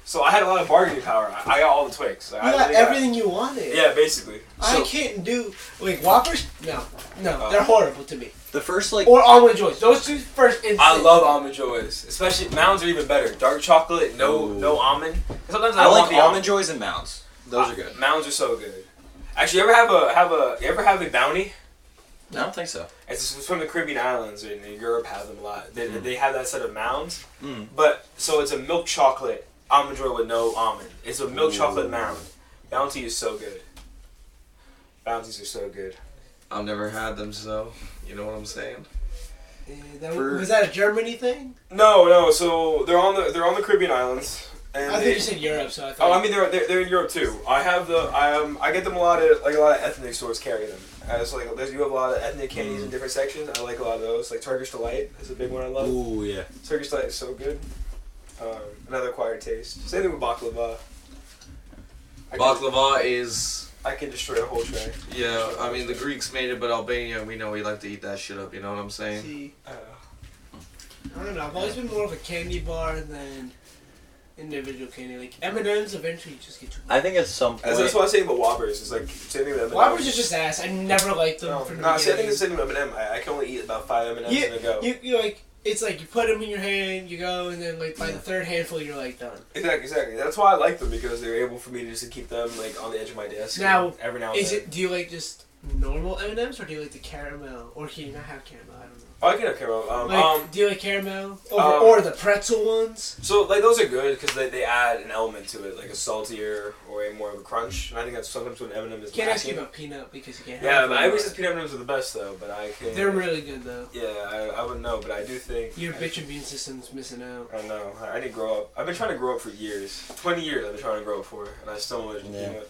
B: So I had a lot of bargaining power. I, I got all the twigs. Like, I
C: got
B: really got-
C: everything you wanted.
B: Yeah, basically.
C: I
A: So-
C: can't do like Whoppers. No, no,
B: Oh.
C: they're horrible to me.
A: the first like
C: Or almond joys. Those two first. Instant.
B: I love almond joys, especially mounds are even better. Dark chocolate, no
A: Ooh.
B: no almond. Sometimes I,
A: I
B: don't
A: like
B: want the
A: almond joys and mounds. Those are good.
B: Mounds are so good. Actually, you ever have a have a you ever have a bounty?
A: I don't think so.
B: It's it's from the Caribbean islands, and in Europe have them a lot. They, they have that set of mounds,
A: Mm.
B: but so it's a milk chocolate almond joy with no almond. It's a milk chocolate mound. Bounty is so good. Bounties are so good.
D: I've never had them, so you know what I'm saying.
C: Eh, that-
A: For-
C: was that a Germany thing?
B: No, no. So they're on the they're on the Caribbean islands, and
C: I
B: they-
C: think you said Europe, so I thought.
B: Oh, I mean they're, they're they're in Europe too. I have the I um I get them a lot of like a lot of ethnic stores carry them. As like there's you have a lot of ethnic candies in different sections. I like a lot of those. Like Turkish delight is a big one I love.
A: Ooh yeah.
B: Turkish delight is so good. Um, another acquired taste. Same thing with baklava. I can,
D: Baklava is
B: I can destroy a whole tray.
D: yeah. I mean the Greeks made it, but Albania we know we like to eat that shit up. You know what I'm saying?
C: See,
B: Uh,
C: I don't know. I've always been more of a candy bar than individual candy. Like M and M's, eventually you just get too.
A: I think at some point.
B: as that's what I'm saying about Whoppers. It's like same thing with M&M's.
C: Whoppers is just ass. I never liked them.
B: No,
C: from the
B: no, see, I think
C: beginning.
B: it's the same with M&M. I, I can only eat about five M&M's in a go.
C: You, you like it's like you put them in your hand, you go, and then like by the third handful, you're like done.
B: Exactly, exactly. That's why I like them because they're able for me to just keep them like on the edge of my desk.
C: Now,
B: and every now and
C: Is
B: then.
C: it? Do you like just normal M and M's or do you like the caramel? Or can you not have caramel? I don't know.
B: Oh, I can have caramel. Um,
C: Like,
B: um,
C: do you like caramel Over,
B: um,
C: or the pretzel ones?
B: so like those are good because they, they add an element to it, like a saltier or a more of a crunch. And I think that's sometimes when M and M's.
C: Can't ask you about peanut because you can't.
B: Yeah,
C: have
B: but
C: them.
B: I always says peanut M and M's are the best though. But I can.
C: They're really good though.
B: Yeah, I, I would know, but I do think.
C: Your bitch immune system's missing out.
B: I don't know. I I didn't grow up. I've been trying to grow up for years. Twenty years I've been trying to grow up for, and I still don't
A: Yeah.
B: do it.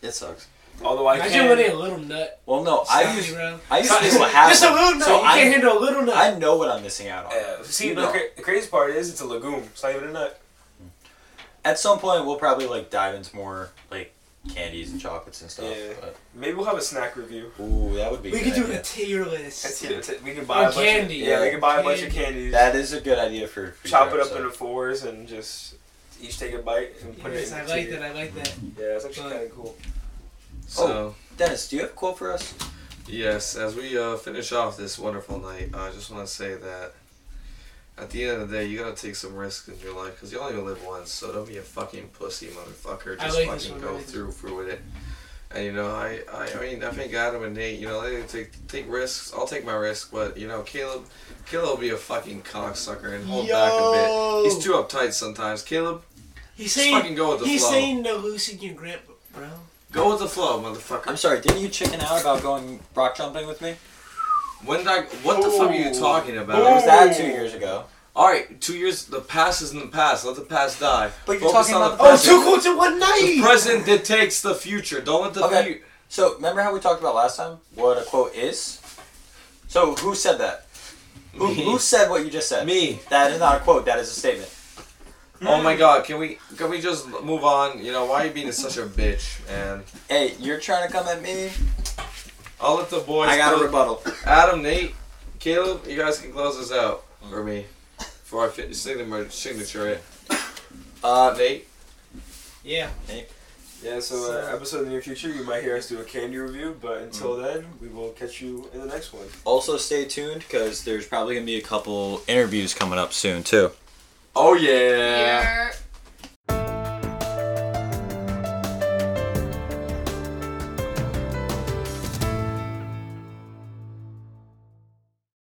A: It sucks.
B: Although I
C: Imagine
B: can.
C: when a little nut.
A: Well, no, I
C: stabs
A: used
C: you, bro.
A: I used to
B: Just
A: what happened.
C: Just a little nut.
A: So
C: you
A: I,
C: can't handle a little nut.
A: I know what I'm missing out on.
B: Yeah. See,
A: You
B: the,
A: know.
B: cra- the crazy part is it's a legume. It's not even a nut.
A: At some point, we'll probably like dive into more like candies and chocolates and stuff.
B: Yeah.
A: But,
B: Maybe we'll have a snack review.
A: ooh, that would be. a
C: we
A: good
C: could do
A: idea.
C: a tier list.
B: We can buy
C: Or
B: a bunch of-
C: candy.
B: yeah, we can buy a bunch of
C: Candy.
B: candies.
A: That is a good idea for. for
B: chop it
A: your
B: up
A: episode.
B: into fours and just each take a bite and put
C: Yes,
B: it
C: I
B: in.
C: like that. I like that.
B: Yeah, that's actually
C: But-
B: kind of cool. oh,
D: So
A: Dennis, do you have a quote for us?
D: yes, as we uh, finish off this wonderful night, I just want to say that at the end of the day, you gotta take some risks in your life because you only live once. So don't be a fucking pussy, motherfucker.
C: I
D: Just
C: like this
D: fucking
C: one, I
D: go
C: like this
D: through through with it. And you know, I, I, I mean, I think Adam and Nate, you know, they take take risks. I'll take my risk, but you know, Caleb, Caleb will be a fucking cocksucker and hold back a
C: Yo.
D: bit. He's too uptight sometimes. Caleb,
C: He's
D: Just
C: saying
D: fucking go with the
C: he's
D: flow.
C: saying no loosen your grip, bro.
D: Go with the flow, motherfucker.
A: I'm sorry, didn't you chicken out about going rock jumping with me?
D: When did I? What the fuck are you
B: Ooh.
D: talking
A: It was
D: about?
A: that two years ago.
D: All right, two years. The past is in the past. Let the past die.
A: But you're
D: Focus
A: talking
D: on
A: about
D: the
A: the
C: Oh,
A: That's
D: present.
C: two quotes in one
D: The
C: night.
D: present dictates the future. Don't let the
A: Okay.
D: future.
A: So remember how we talked about last time what a quote is? So who said that? Who,
D: Me.
A: who said what you just said?
D: Me.
A: That is not a quote. That is a statement.
D: Oh
A: Mm.
D: my god. Can we? Can we just move on? You know why are you being such a bitch, man?
A: Hey, you're trying to come at me.
D: I'll let the boys.
A: I got a
D: go.
A: rebuttal.
D: Adam, Nate, Caleb. You guys can close this out for me. For our fit- signature, signature.
A: Uh,
D: Nate.
C: Yeah.
B: Yeah, so uh, episode in the near future, you might hear us do a candy review, but until then, we will catch you in the next one.
A: also, stay tuned because there's probably gonna be a couple interviews coming up soon too.
D: Oh yeah.
E: Here.